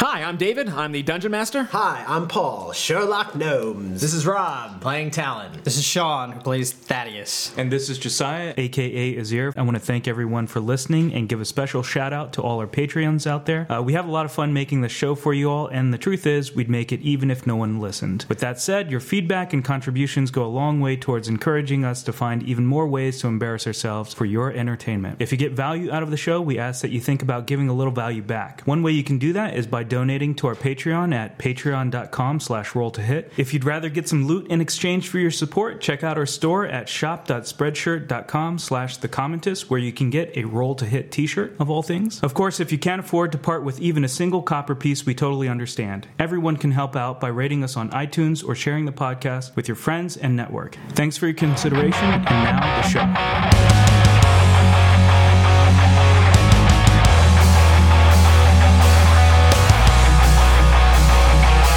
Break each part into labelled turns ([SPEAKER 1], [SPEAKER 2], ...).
[SPEAKER 1] Hi, I'm David. I'm the Dungeon Master.
[SPEAKER 2] Hi, I'm Paul, Sherlock Gnomes.
[SPEAKER 3] This is Rob, playing Talon.
[SPEAKER 4] This is Sean, who plays Thaddeus.
[SPEAKER 5] And this is Josiah, aka Azir. I want to thank everyone for listening and give a special shout out to all our Patreons out there. Uh, we have a lot of fun making the show for you all, and the truth is, we'd make it even if no one listened. With that said, your feedback and contributions go a long way towards encouraging us to find even more ways to embarrass ourselves for your entertainment. If you get value out of the show, we ask that you think about giving a little value back. One way you can do that is by donating to our Patreon at patreon.com slash roll to hit. If you'd rather get some loot in exchange for your support, check out our store at shop.spreadshirt.com slash the commentist where you can get a roll to hit t-shirt of all things. Of course, if you can't afford to part with even a single copper piece, we totally understand. Everyone can help out by rating us on iTunes or sharing the podcast with your friends and network. Thanks for your consideration and now the show.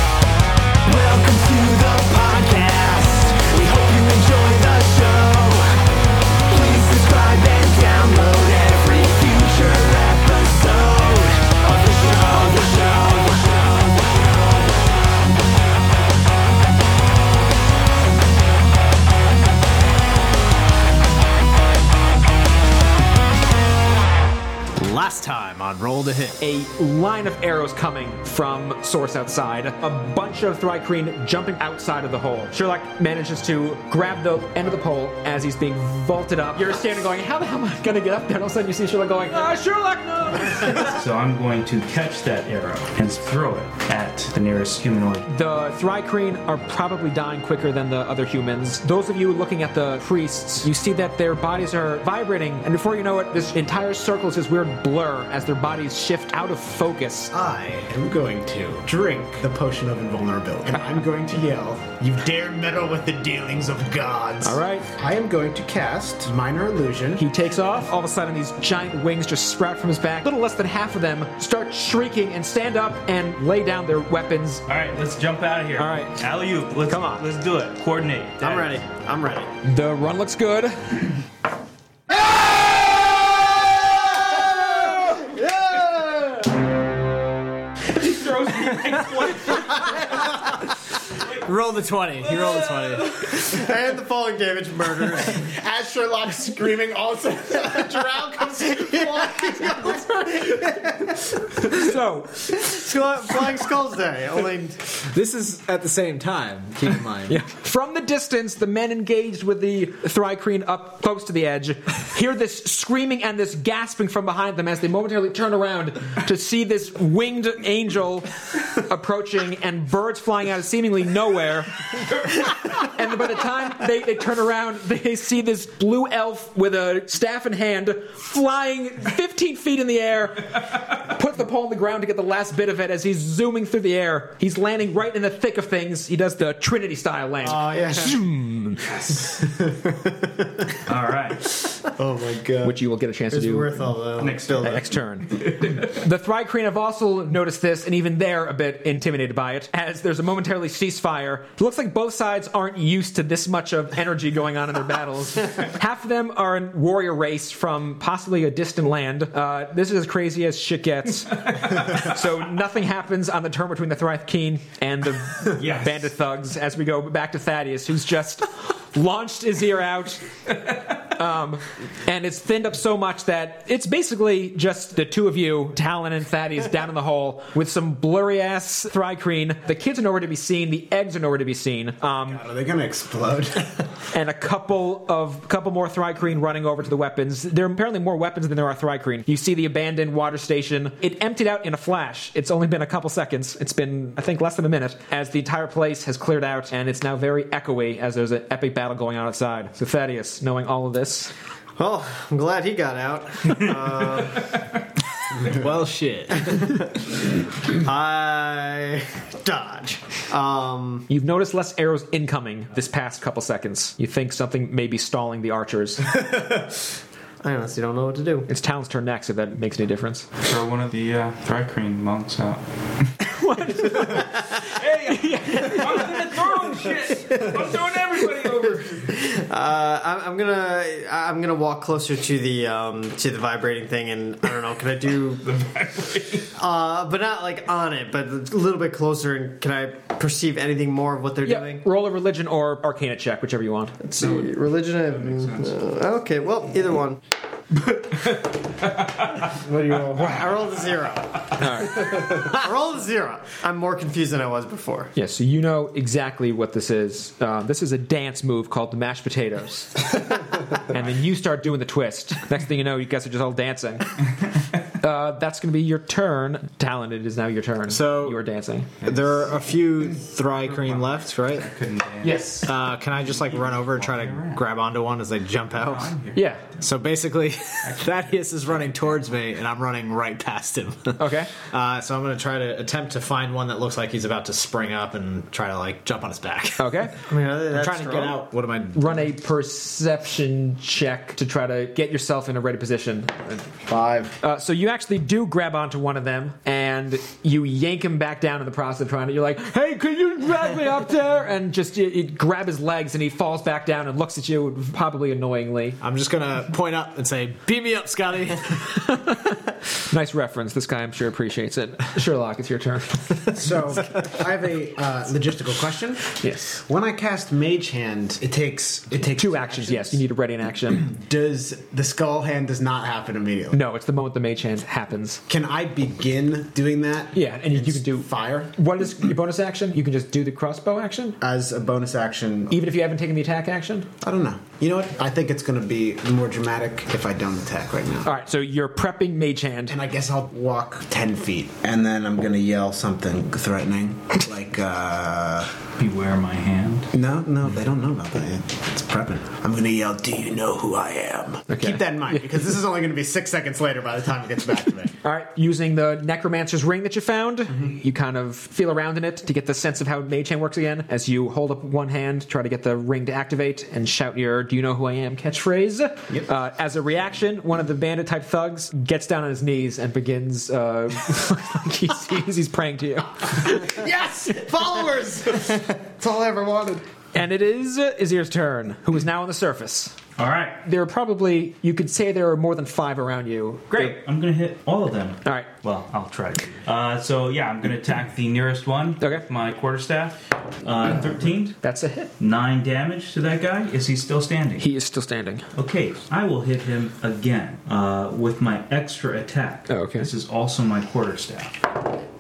[SPEAKER 6] Welcome to the podcast. We hope you enjoy the show. Please subscribe and download every future episode of the show. The show. The show. The show.
[SPEAKER 3] Last time on Roll to Hit.
[SPEAKER 1] A line of arrows coming from source outside. A bunch of Thrycreen jumping outside of the hole. Sherlock manages to grab the end of the pole as he's being vaulted up. You're standing going, how the hell am I gonna get up there? And all of a sudden you see Sherlock going, ah, Sherlock, no!
[SPEAKER 5] So I'm going to catch that arrow and throw it at the nearest humanoid.
[SPEAKER 1] the Thrycreen are probably dying quicker than the other humans. Those of you looking at the priests, you see that their bodies are vibrating, and before you know it, this entire circle is this weird blur as their bodies shift out of focus.
[SPEAKER 2] I am going to drink the potion of invulnerability. And I'm going to yell, You dare meddle with the dealings of gods.
[SPEAKER 1] All right.
[SPEAKER 2] I am going to cast Minor Illusion.
[SPEAKER 1] He takes off. All of a sudden, these giant wings just sprout from his back. Little less than half of them start shrieking and stand up and lay down their weapons.
[SPEAKER 5] All right, let's jump out of here.
[SPEAKER 1] All right.
[SPEAKER 5] alley oop. Let's
[SPEAKER 1] Come on.
[SPEAKER 5] Let's do it. Coordinate.
[SPEAKER 3] I'm ready. I'm ready.
[SPEAKER 1] The run looks good.
[SPEAKER 4] Roll the 20. He rolled a 20.
[SPEAKER 2] and the falling damage murders. As Sherlock screaming, also the drow comes flying over.
[SPEAKER 1] So,
[SPEAKER 2] Skull- Flying Skulls Day. Only
[SPEAKER 4] This is at the same time, keep in mind.
[SPEAKER 1] from the distance, the men engaged with the Thrycreen up close to the edge hear this screaming and this gasping from behind them as they momentarily turn around to see this winged angel approaching and birds flying out of seemingly nowhere. and by the time they, they turn around, they see this blue elf with a staff in hand flying 15 feet in the air, put the pole on the ground to get the last bit of it as he's zooming through the air. He's landing right in the thick of things. He does the Trinity style land.
[SPEAKER 2] Oh yeah.
[SPEAKER 5] All right.
[SPEAKER 2] Oh my god.
[SPEAKER 1] which you will get a chance
[SPEAKER 2] is
[SPEAKER 1] to do
[SPEAKER 2] worth all the
[SPEAKER 5] Next
[SPEAKER 2] build-up.
[SPEAKER 1] next turn. the Thrycreen have also noticed this, and even they're a bit intimidated by it, as there's a momentarily ceasefire. It looks like both sides aren't used to this much of energy going on in their battles. Half of them are in warrior race from possibly a distant land. Uh, this is as crazy as shit gets. so nothing happens on the turn between the Thrycreen and the
[SPEAKER 5] Yes.
[SPEAKER 1] bandit thugs as we go back to Thaddeus, who's just launched his ear out and it's thinned up so much that it's basically just the two of you, Talon and Thaddeus, down in the hole with some blurry ass Thrycreen. The kids are nowhere to be seen. The eggs are nowhere to be seen. Um,
[SPEAKER 2] Are they gonna explode?
[SPEAKER 1] and a couple of couple more Thrycreen running over to the weapons. There are apparently more weapons than there are Thrycreen. You see the abandoned water station. It emptied out in a flash. It's only been a couple seconds. It's been I think less than a minute as the entire place has cleared out and it's now very echoey as there's an epic battle going on outside. So Thaddeus, knowing all of this,
[SPEAKER 2] well, I'm glad he got out.
[SPEAKER 4] well, shit.
[SPEAKER 2] I dodge. Um,
[SPEAKER 1] You've noticed less arrows incoming this past couple seconds. You think something may be stalling the archers.
[SPEAKER 2] I honestly don't know what to do.
[SPEAKER 1] it's Town's turn next, if that makes any difference.
[SPEAKER 5] Throw one of the uh, Thrycreen monks out.
[SPEAKER 1] I'm doing everybody over.
[SPEAKER 2] Uh, I'm, I'm gonna I'm gonna walk closer to the um, to the vibrating thing, and I don't know. Can I do? uh, but not like on it, but a little bit closer. And can I perceive anything more of what they're
[SPEAKER 1] Yeah,
[SPEAKER 2] doing?
[SPEAKER 1] roll a religion or arcana check, whichever you want.
[SPEAKER 2] Let's see, religion. I- uh, okay, well, either one. what do you roll? I rolled a zero. I rolled a zero. I'm more confused than I was before.
[SPEAKER 1] Yeah, so you know exactly what this is. Uh, this is a dance move called the mashed potatoes. and then you start doing the twist. Next thing you know, you guys are just all dancing. Uh, that's going to be your turn. Talon, it is now your turn.
[SPEAKER 4] So-
[SPEAKER 1] you are dancing.
[SPEAKER 4] There are a few Thrycreen left, right?
[SPEAKER 1] Yes.
[SPEAKER 4] Uh, can I just like run over and try to grab onto one as I jump out?
[SPEAKER 1] Yeah.
[SPEAKER 4] So basically, Thaddeus is running towards me, and I'm running right past him.
[SPEAKER 1] Okay.
[SPEAKER 4] Uh, so I'm going to try to attempt to find one that looks like he's about to spring up and try to like jump on his back.
[SPEAKER 1] Okay.
[SPEAKER 2] I mean, other than
[SPEAKER 4] I'm
[SPEAKER 2] that,
[SPEAKER 4] trying to get
[SPEAKER 2] strong.
[SPEAKER 4] out. What am I?
[SPEAKER 1] Run a perception check to try to get yourself in a ready position.
[SPEAKER 2] Five.
[SPEAKER 1] Uh, so you actually do grab onto one of them and you yank him back down in the process of trying to. You're like, hey, could you drag me up there? And just you, you grab his legs and he falls back down and looks at you probably annoyingly.
[SPEAKER 4] I'm just going to point up and say, "Beat me up, Scotty."
[SPEAKER 1] Nice reference. This guy, I'm sure, appreciates it. Sherlock, it's your turn.
[SPEAKER 7] So I have a uh, logistical question.
[SPEAKER 1] Yes.
[SPEAKER 7] When I cast Mage Hand, it takes it takes
[SPEAKER 1] Two actions, yes. You need to ready an action.
[SPEAKER 7] Does the skull hand does not happen immediately?
[SPEAKER 1] No, it's the moment the mage hand happens.
[SPEAKER 7] Can I begin doing that?
[SPEAKER 1] Yeah, and you, you can do.
[SPEAKER 7] fire
[SPEAKER 1] What is your bonus action? You can just do the crossbow action,
[SPEAKER 7] as a bonus action.
[SPEAKER 1] even if you haven't taken the attack action.
[SPEAKER 7] I don't know. You know what? I think it's going to be more dramatic if I don't attack right now.
[SPEAKER 1] All right, so you're prepping mage hand.
[SPEAKER 7] And I guess I'll walk ten feet, and then I'm going to yell something threatening, like. uh...
[SPEAKER 5] Beware my hand.
[SPEAKER 7] No, no, they don't know about that yet. It's prepping. I'm gonna yell, "Do you know who I am?"
[SPEAKER 1] Okay.
[SPEAKER 2] Keep that in mind because this is only going to be six seconds later by the time it gets back to me.
[SPEAKER 1] All right, using the necromancer's ring that you found,
[SPEAKER 2] Mm-hmm.
[SPEAKER 1] you kind of feel around in it to get the sense of how mage hand works again. As you hold up one hand, try to get the ring to activate, and shout your "Do you know who I am?" catchphrase. Yep. Uh, as a reaction, one of the bandit type thugs gets down on his knees and begins. Uh, like he sees he's praying to you,
[SPEAKER 2] yes, followers. That's all I ever wanted.
[SPEAKER 1] and it is Izir's turn, who is now on the surface.
[SPEAKER 5] All right.
[SPEAKER 1] There are probably you could say there are more than five around you.
[SPEAKER 5] Great. I'm gonna hit all of them.
[SPEAKER 1] All right.
[SPEAKER 5] Well, I'll try. to. Uh, so yeah, I'm gonna attack the nearest one.
[SPEAKER 1] Okay.
[SPEAKER 5] with My quarterstaff. Uh, Thirteen.
[SPEAKER 1] That's a hit.
[SPEAKER 5] Nine damage to that guy. Is he still standing?
[SPEAKER 1] He is still standing.
[SPEAKER 5] Okay, I will hit him again uh, with my extra attack.
[SPEAKER 1] Oh, okay.
[SPEAKER 5] This is also my quarterstaff.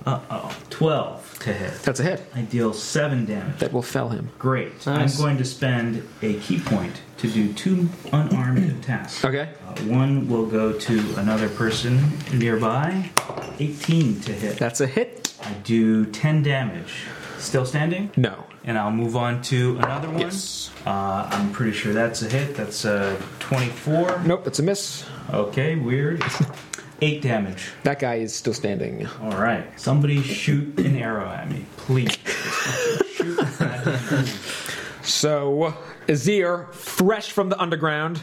[SPEAKER 5] Uh oh. Twelve to hit.
[SPEAKER 1] That's a hit.
[SPEAKER 5] I deal seven damage.
[SPEAKER 1] That will fell him.
[SPEAKER 5] Great. I'm going to spend a key point to do two unarmed attacks.
[SPEAKER 1] Okay.
[SPEAKER 5] Uh, one will go to another person nearby. 18 to hit.
[SPEAKER 1] That's a hit.
[SPEAKER 5] I do 10 damage. Still standing?
[SPEAKER 1] No.
[SPEAKER 5] And I'll move on to another one. Yes. Uh, I'm pretty sure that's a hit. That's a 24.
[SPEAKER 1] Nope, that's a miss.
[SPEAKER 5] Okay, weird. 8 damage.
[SPEAKER 1] That guy is still standing.
[SPEAKER 5] All right. Somebody shoot an arrow at me, please. shoot that
[SPEAKER 1] So, Azir, fresh from the underground,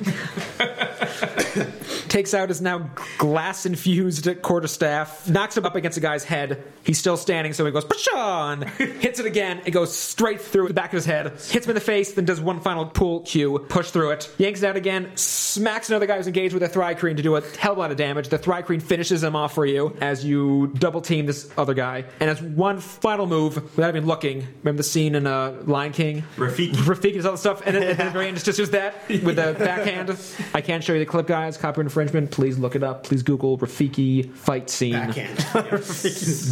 [SPEAKER 1] takes out his now glass infused quarterstaff, knocks him up against a guy's head. He's still standing, so he goes, Pashon! Hits it again, it goes straight through the back of his head, hits him in the face, then does one final pull cue, push through it, yanks it out again, smacks another guy who's engaged with a Thrycreen to do a hell of a lot of damage. The Thrycreen finishes him off for you as you double team this other guy. And as one final move, without even looking, remember the scene in uh, Lion King?
[SPEAKER 5] Rafiki.
[SPEAKER 1] Rafiki does all the stuff, and then at the very end, it's just, just that with a backhand. I can't show you the clip, guys. Copyright infringement. Please look it up. Please Google Rafiki fight scene.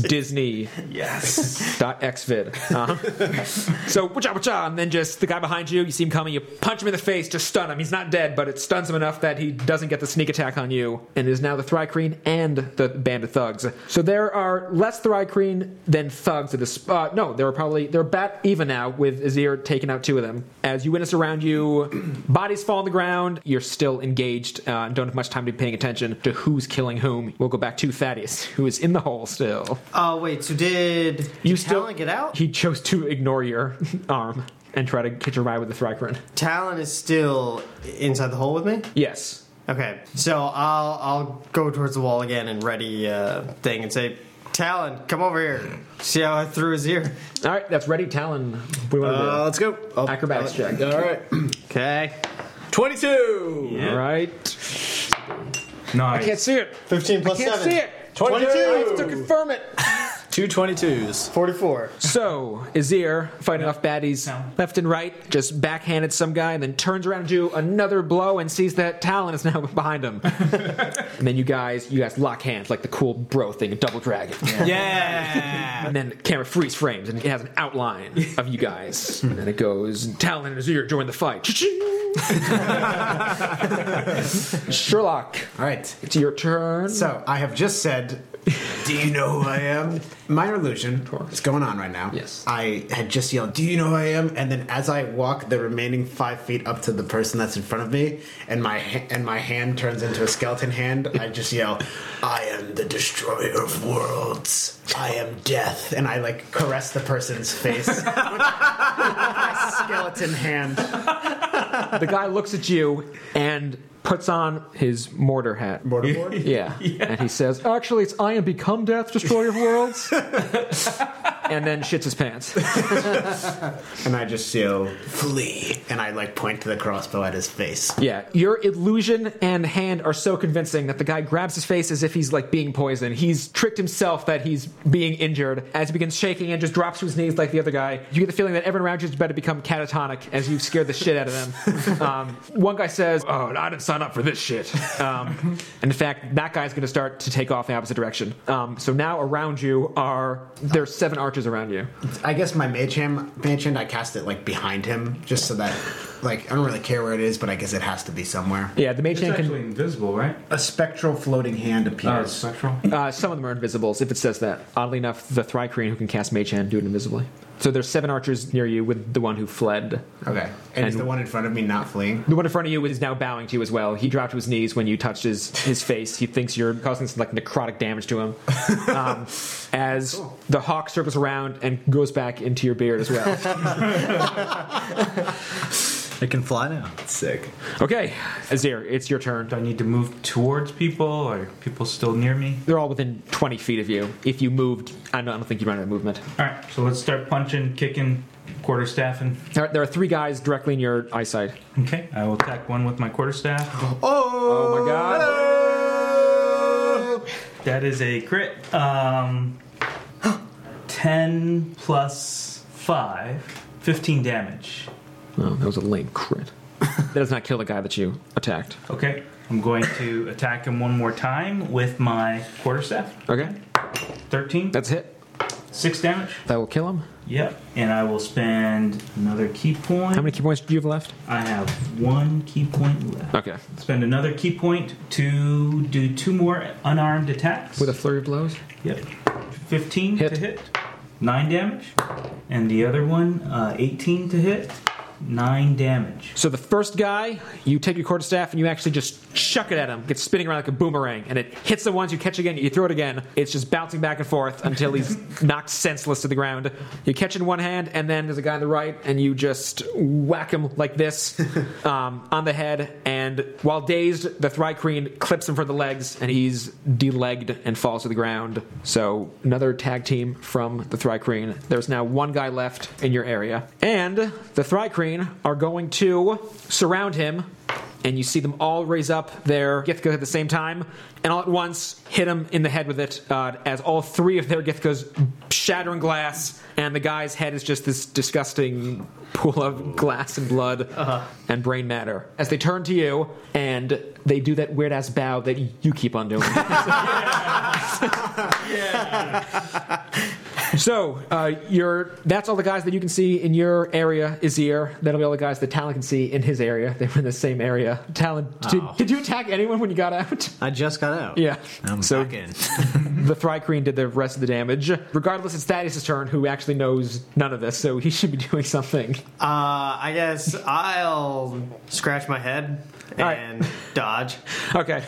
[SPEAKER 1] Disney. Yes. Dot Xvid. Uh-huh. so wacha wacha, and then just the guy behind you. You see him coming. You punch him in the face to stun him. He's not dead, but it stuns him enough that he doesn't get the sneak attack on you. And it is now the Thrycreen and the band of thugs. So there are less Thrycreen than thugs at this. Uh, no, there are probably they're about even now with Azir taking out two of them. As you witness around you, bodies fall on the ground. You're still engaged. Uh, don't have much time to be paying attention to who's killing whom. We'll go back to Thaddeus, who is in the hole still.
[SPEAKER 2] Oh wait, so did
[SPEAKER 1] You
[SPEAKER 2] did
[SPEAKER 1] still
[SPEAKER 2] Talon get out?
[SPEAKER 1] He chose to ignore your arm and try to catch a ride with the Thrycrin.
[SPEAKER 2] Talon is still inside the hole with me.
[SPEAKER 1] Yes.
[SPEAKER 2] Okay, so I'll I'll go towards the wall again and ready uh, thing and say, Talon, come over here. See how I threw his ear?
[SPEAKER 1] All right, that's ready. Talon, we want to
[SPEAKER 4] Uh, let's go. Oh,
[SPEAKER 1] Acrobatics check.
[SPEAKER 4] All right.
[SPEAKER 2] Okay.
[SPEAKER 4] 22.
[SPEAKER 1] do. All right,
[SPEAKER 5] Nice.
[SPEAKER 1] can't see it.
[SPEAKER 2] 15 plus
[SPEAKER 1] Can't
[SPEAKER 2] 7.
[SPEAKER 1] see it.
[SPEAKER 4] 22.
[SPEAKER 1] I have to confirm it.
[SPEAKER 4] Two 22s.
[SPEAKER 2] 44.
[SPEAKER 1] So Azir fighting off baddies
[SPEAKER 5] No.
[SPEAKER 1] left and right, just backhanded some guy, and then turns around to do another blow and sees that Talon is now behind him. and then you guys, you guys lock hands like the cool bro thing, in double dragon.
[SPEAKER 4] Yeah.
[SPEAKER 1] And then camera freeze frames and it has an outline of you guys. and then it goes, and Talon and Azir join the fight. Sherlock,
[SPEAKER 3] All right.
[SPEAKER 1] it's your turn.
[SPEAKER 3] So I have just said, "Do you know who I am?" Minor illusion. It's going on right now.
[SPEAKER 1] Yes.
[SPEAKER 3] I had just yelled, "Do you know who I am?" And then as I walk the remaining five feet up to the person that's in front of me, and my ha- and my hand turns into a skeleton hand, I just yell, "I am the destroyer of worlds. I am death." And I like caress the person's face with my skeleton hand.
[SPEAKER 1] the guy looks at you and puts on his mortar hat.
[SPEAKER 3] Mortarboard.
[SPEAKER 1] Yeah. And he says, actually, it's I am become death, destroyer of worlds. and then shits his pants.
[SPEAKER 3] And I just yell, "Flee!" And I like point to the crossbow at his face.
[SPEAKER 1] Yeah. Your illusion and hand are so convincing that the guy grabs his face as if he's like being poisoned. He's tricked himself that he's being injured as he begins shaking and just drops to his knees like the other guy. You get the feeling that everyone around you is about to become catatonic as you've scared the shit out of them. Um, one guy says, Oh, I didn't sign up for this shit. Um, and in fact, that guy's going to start to take off in the opposite direction. Um, so now around you are, there's seven archers around you.
[SPEAKER 3] I guess my mage hand, mage hand, I cast it like behind him, just so that, like, I don't really care where it is, but I guess it has to be somewhere.
[SPEAKER 1] Yeah, the mage
[SPEAKER 6] It's
[SPEAKER 1] hand can.
[SPEAKER 6] actually invisible, right?
[SPEAKER 3] A spectral floating hand
[SPEAKER 6] Oh,
[SPEAKER 3] appears.
[SPEAKER 6] spectral.
[SPEAKER 1] Uh, some of them are invisibles, if it says that. Oddly enough, the Thrycreen who can cast Mage Hand do it invisibly. So there's seven archers near you with the one who fled.
[SPEAKER 3] okay, and, is
[SPEAKER 1] And-
[SPEAKER 3] the one in front of me not fleeing?
[SPEAKER 1] The one in front of you is now bowing to you as well. He dropped to his knees when you touched his, his face. He thinks you're causing some like necrotic damage to him. Um, as the hawk circles around and goes back into your beard as well.
[SPEAKER 4] It can fly now.
[SPEAKER 3] Sick.
[SPEAKER 1] okay, Azir, it's your turn.
[SPEAKER 5] Do I need to move towards people or people still near me?
[SPEAKER 1] They're all within 20 feet of you. If you moved, I don't, I don't think you'd run out of movement.
[SPEAKER 5] All right, so let's start punching, kicking, quarterstaffing.
[SPEAKER 1] There are, there are three guys directly in your eyesight.
[SPEAKER 5] Okay, I will attack one with my quarterstaff.
[SPEAKER 1] Oh my god.
[SPEAKER 5] That is a crit. Um, 10 plus 5, 15 damage.
[SPEAKER 1] Oh, that was a lame crit. that does not kill the guy that you attacked.
[SPEAKER 5] Okay, I'm going to attack him one more time with my quarterstaff.
[SPEAKER 1] Okay,
[SPEAKER 5] 13,
[SPEAKER 1] that's it.
[SPEAKER 5] 6 damage.
[SPEAKER 1] That will kill him.
[SPEAKER 5] Yep, and I will spend another key point.
[SPEAKER 1] How many key points do you have left?
[SPEAKER 5] I have one key point left.
[SPEAKER 1] Okay.
[SPEAKER 5] Spend another key point to do two more unarmed attacks.
[SPEAKER 1] With a flurry of blows?
[SPEAKER 5] yep. 15
[SPEAKER 1] Hit.
[SPEAKER 5] to hit, 9 damage. And the other one, uh, 18 to hit, 9 damage.
[SPEAKER 1] So the first guy, you take your quarterstaff and you actually just chuck it at him. Gets spinning around like a boomerang, and it hits the ones you catch again. You throw it again. It's just bouncing back and forth until he's knocked senseless to the ground. You catch it in one hand, and then there's a guy on the right, and you just whack him like this um, on the head. And while dazed, the Thrycreen clips him for the legs, and he's delegged and falls to the ground. So another tag team from the Thrycreen. There's now one guy left in your area, and the Thrycreen are going to surround him. And you see them all raise up their Githka at the same time, and all at once hit him in the head with it uh, as all three of their Githkas shattering glass, and the guy's head is just this disgusting pool of glass and blood and brain matter. As they turn to you, and they do that weird ass bow that you keep on doing. So uh, your that's all the guys that you can see in your area, Izir. That'll be all the guys that Talon can see in his area. They were in the same area. Talon, did, did you attack anyone when you got out?
[SPEAKER 4] I just got out.
[SPEAKER 1] Yeah.
[SPEAKER 4] I'm
[SPEAKER 1] so
[SPEAKER 4] back in.
[SPEAKER 1] the Thrycreen did the rest of the damage. Regardless, it's Thaddeus' turn, who actually knows none of this, so he should be doing something.
[SPEAKER 2] Uh, I guess I'll scratch my head.
[SPEAKER 1] right.
[SPEAKER 2] and dodge.
[SPEAKER 1] Okay.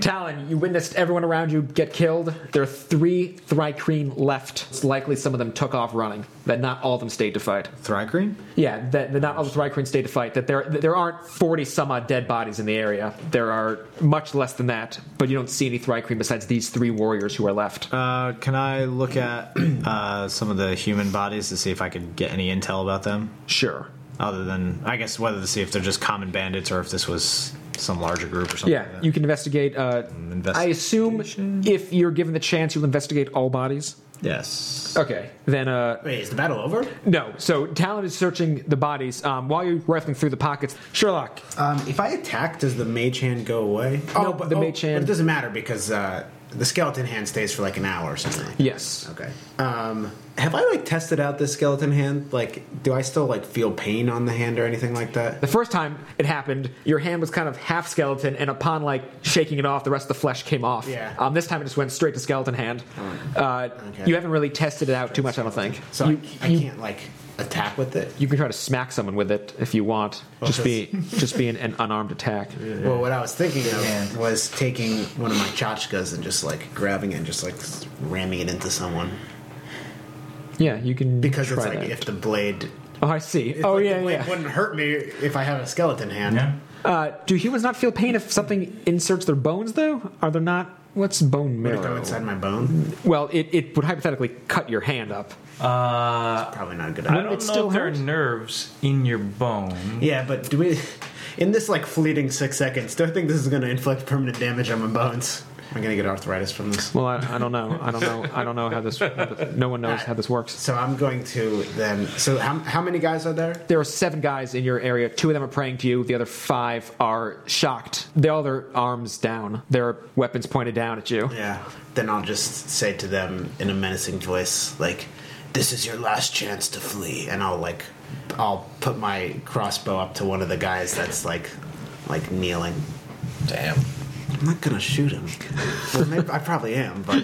[SPEAKER 1] Talon, you witnessed everyone around you get killed. There are three Thrycreen left. It's likely some of them took off running, that not all of them stayed to fight.
[SPEAKER 4] Thrycreen?
[SPEAKER 1] Yeah, that, that not all the Thrycreen stayed to fight, that there, that there aren't 40 some odd dead bodies in the area. There are much less than that, but you don't see any Thrycreen besides these three warriors who are left.
[SPEAKER 4] Uh, can I look at uh, some of the human bodies to see if I could get any intel about them?
[SPEAKER 1] Sure.
[SPEAKER 4] Other than, I guess, whether to see if they're just common bandits or if this was some larger group or something.
[SPEAKER 1] Yeah,
[SPEAKER 4] like that.
[SPEAKER 1] you can investigate. Uh, I assume if you're given the chance, you'll investigate all bodies.
[SPEAKER 4] Yes.
[SPEAKER 1] Okay. Then uh,
[SPEAKER 3] Wait, is the battle over?
[SPEAKER 1] No. So Talon is searching the bodies um, while you're rifling through the pockets. Sherlock,
[SPEAKER 3] Um, if I attack, does the mage hand go away? Oh,
[SPEAKER 1] No, the mage hand-
[SPEAKER 3] But it doesn't matter because uh, the skeleton hand stays for like an hour or something.
[SPEAKER 1] yes.
[SPEAKER 3] Okay. Um, have I like tested out this skeleton hand? Like, do I still like feel pain on the hand or anything like that?
[SPEAKER 1] The first time it happened, your hand was kind of half skeleton, and upon like shaking it off, the rest of the flesh came off.
[SPEAKER 3] Yeah.
[SPEAKER 1] Um, this time it just went straight to skeleton hand. Uh, You haven't really tested it out too much, I don't think.
[SPEAKER 3] So
[SPEAKER 1] you,
[SPEAKER 3] I, I can't like attack with it.
[SPEAKER 1] you can try to smack someone with it if you want. just be just be an, an unarmed attack.
[SPEAKER 3] Well, what I was thinking of was taking one of my tchotchkes and just like grabbing it and just like ramming it into someone
[SPEAKER 1] Yeah, you can
[SPEAKER 3] because it's
[SPEAKER 1] try
[SPEAKER 3] like
[SPEAKER 1] that.
[SPEAKER 3] if the blade.
[SPEAKER 1] oh, I see.
[SPEAKER 3] if,
[SPEAKER 1] Oh
[SPEAKER 3] like,
[SPEAKER 1] yeah,
[SPEAKER 3] the blade
[SPEAKER 1] yeah.
[SPEAKER 3] Wouldn't hurt me if I have a skeleton hand.
[SPEAKER 5] Yeah.
[SPEAKER 1] Uh, do humans not feel pain if something inserts their bones though? Are there not? What's bone
[SPEAKER 3] Would
[SPEAKER 1] marrow?
[SPEAKER 3] it go inside my bone?
[SPEAKER 1] Well, it, it would hypothetically cut your hand up.
[SPEAKER 3] Probably not a good.
[SPEAKER 5] Uh, I
[SPEAKER 3] idea.
[SPEAKER 5] don't know
[SPEAKER 1] it still
[SPEAKER 5] if there are
[SPEAKER 1] hurt?
[SPEAKER 5] nerves in your bone.
[SPEAKER 3] Yeah, but do we? In this like fleeting six seconds, do I think this is going to inflict permanent damage on my bones? Am I going to get arthritis from this?
[SPEAKER 1] Well, I, I don't know. I don't know. I don't know how this. No one knows how this works.
[SPEAKER 3] So I'm going to then. So how, how many guys are there?
[SPEAKER 1] There are seven guys in your area. Two of them are praying to you. The other five are shocked. They all their arms down. Their weapons pointed down at you.
[SPEAKER 3] Yeah. Then I'll just say to them in a menacing voice, like, "This is your last chance to flee," and I'll like, I'll put my crossbow up to one of the guys that's like, like kneeling.
[SPEAKER 8] Damn.
[SPEAKER 3] I'm not gonna shoot him. well, maybe, I probably am, but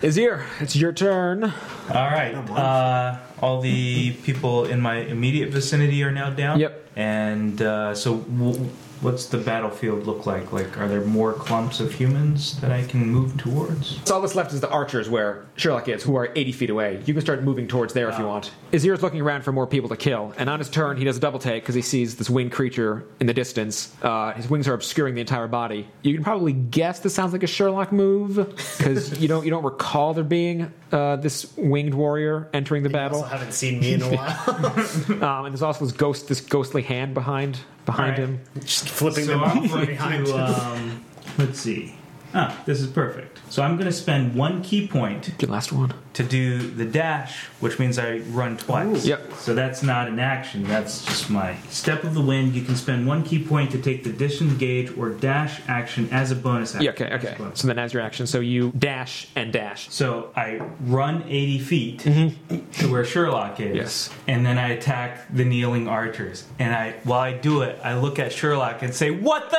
[SPEAKER 1] Azir, it's your turn.
[SPEAKER 5] All right. Uh, all the people in my immediate vicinity are now down.
[SPEAKER 1] Yep.
[SPEAKER 5] And uh, so, w- what's the battlefield look like? Like, are there more clumps of humans that I can move towards?
[SPEAKER 1] So all that's left is the archers, where Sherlock is, who are 80 feet away. You can start moving towards there if you want. Azir's looking around for more people to kill, and on his turn, he does a double take because he sees this winged creature in the distance. Uh, his wings are obscuring the entire body. You can probably guess this sounds like a Sherlock move because you don't you don't recall there being uh, this winged warrior entering the battle.
[SPEAKER 3] I haven't seen me in a while.
[SPEAKER 1] Um, and there's also this ghost this ghostly hand behind behind
[SPEAKER 5] Alright.
[SPEAKER 1] him.
[SPEAKER 3] just flipping
[SPEAKER 5] So
[SPEAKER 3] them
[SPEAKER 5] I'm
[SPEAKER 3] off
[SPEAKER 5] going
[SPEAKER 3] from behind.
[SPEAKER 5] to, um, let's see. Ah, this is perfect. So I'm going to spend one key point
[SPEAKER 1] Good last one.
[SPEAKER 5] to do the dash, which means I run twice.
[SPEAKER 1] Ooh. Yep.
[SPEAKER 5] So that's not an action. That's just my step of the wind. You can spend one key point to take the disengage or dash action as a bonus action.
[SPEAKER 1] Yeah, okay,
[SPEAKER 5] As a
[SPEAKER 1] okay.
[SPEAKER 5] bonus.
[SPEAKER 1] So then as your action, so you dash and dash.
[SPEAKER 5] So I run 80 feet to where Sherlock is.
[SPEAKER 1] Mm-hmm. Yes.
[SPEAKER 5] And then I attack the kneeling archers. And I, while I do it, I look at Sherlock and say, What the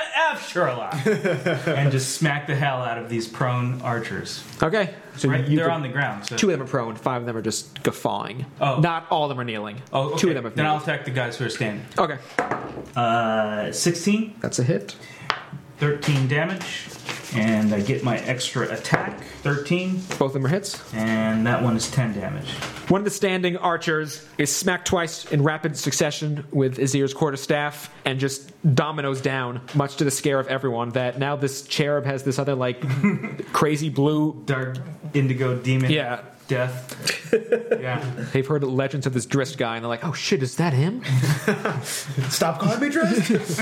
[SPEAKER 5] F, Sherlock? and just smack the hell out of these prone archers.
[SPEAKER 1] Okay. So
[SPEAKER 5] right?
[SPEAKER 1] you
[SPEAKER 5] They're
[SPEAKER 1] can-
[SPEAKER 5] on the ground. So.
[SPEAKER 1] Two of them are prone, five of them are just guffawing.
[SPEAKER 5] Oh.
[SPEAKER 1] Not all of them are kneeling.
[SPEAKER 5] Oh, okay.
[SPEAKER 1] Two of them have
[SPEAKER 5] Then I'll
[SPEAKER 1] kneeled.
[SPEAKER 5] attack the guys who are standing.
[SPEAKER 1] Okay.
[SPEAKER 5] Uh, 16,
[SPEAKER 1] That's a hit.
[SPEAKER 5] 13 damage, and I get my extra attack, 13,
[SPEAKER 1] Both of them are hits.
[SPEAKER 5] and that one is 10 damage.
[SPEAKER 1] One of the standing archers is smacked twice in rapid succession with Azir's quarterstaff and just dominoes down, much to the scare of everyone, that now this cherub has this other, like, crazy blue.
[SPEAKER 5] Dark indigo demon.
[SPEAKER 1] Yeah.
[SPEAKER 5] Death. yeah.
[SPEAKER 1] They've heard legends of this Drist guy, and they're like, oh shit, is that him?
[SPEAKER 3] Stop calling me dressed.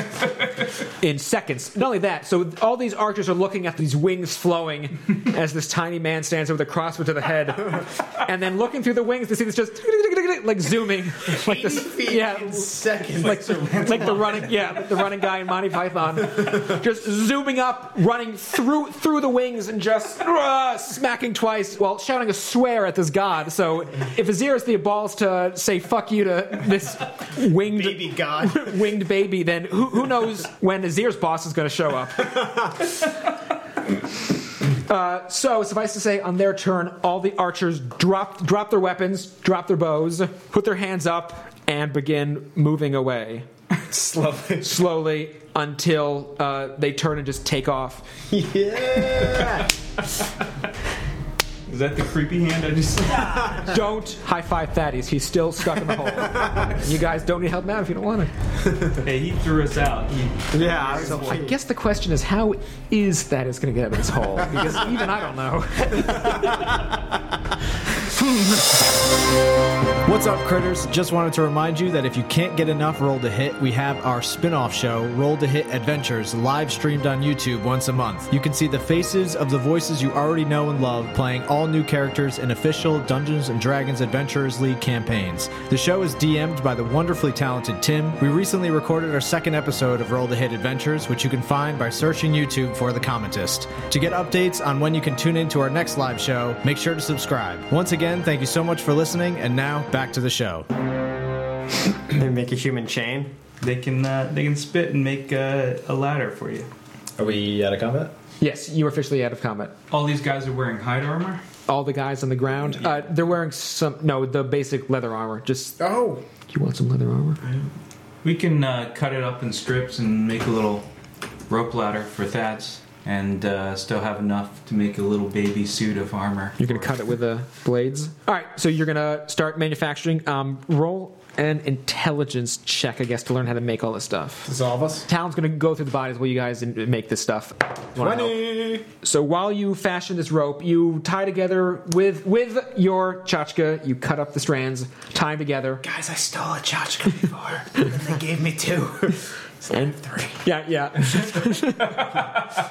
[SPEAKER 1] in seconds. Not only that, so all these archers are looking at these wings flowing as this tiny man stands there with a crossbow to the head, and then looking through the wings to see this just like zooming, like this, yeah,
[SPEAKER 3] Second.
[SPEAKER 1] like like the running, yeah, the running guy in Monty Python, just zooming up, running through through the wings and just uh, smacking twice while shouting a swear at this god. So if Azir has the balls to say "fuck you" to this winged
[SPEAKER 3] Baby god.
[SPEAKER 1] winged baby, then who, who knows when Azir's boss is going to show up? Uh, so suffice to say, on their turn, all the archers drop drop their weapons, drop their bows, put their hands up, and begin moving away.
[SPEAKER 4] Slowly.
[SPEAKER 1] slowly until uh, they turn and just take off.
[SPEAKER 8] Is that the creepy hand I just saw?
[SPEAKER 1] Don't high five Thaddeus. He's still stuck in the hole. you guys don't need help now if you don't want to.
[SPEAKER 5] Hey, he threw us out. He,
[SPEAKER 2] Yeah, I was
[SPEAKER 1] I guess the question is how is Thaddeus going to get out of this hole? Because even I don't know.
[SPEAKER 4] What's up, critters? Just wanted to remind you that if you can't get enough Roll to Hit, we have our spin off show, Roll to Hit Adventures, live streamed on YouTube once a month. You can see the faces of the voices you already know and love playing all new characters in official Dungeons and Dragons Adventurers League campaigns. The show is DM'd by the wonderfully talented Tim. We recently recorded our second episode of Roll to Hit Adventures, which you can find by searching YouTube for The Commentist. To get updates on when you can tune in to our next live show, make sure to subscribe. Once again, thank you so much for listening, and now back to the show.
[SPEAKER 2] They make a human chain.
[SPEAKER 5] they can uh, they can spit and make uh, a ladder for you.
[SPEAKER 4] Are we out of combat?
[SPEAKER 1] yes, you are officially out of combat.
[SPEAKER 5] All these guys are wearing hide armor.
[SPEAKER 1] All the guys on the ground, uh, they're wearing some, no, the basic leather armor. Just,
[SPEAKER 3] Oh,
[SPEAKER 1] you want some leather armor?
[SPEAKER 5] We can uh, cut it up in strips and make a little rope ladder for Thad's, and uh, still have enough to make a little baby suit of armor.
[SPEAKER 1] You're gonna cut it with the blades. All right, so you're gonna start manufacturing. Um, roll an intelligence check, I guess, to learn how to make all this stuff.
[SPEAKER 3] it's all of us.
[SPEAKER 1] Talon's gonna go through the bodies while you guys and make this stuff. Wanna help? So while you fashion this rope, you tie together with with your chachka. You cut up the strands, tie them together.
[SPEAKER 3] Guys, I stole a chachka before, and they gave me two. So I have three.
[SPEAKER 1] Yeah, yeah.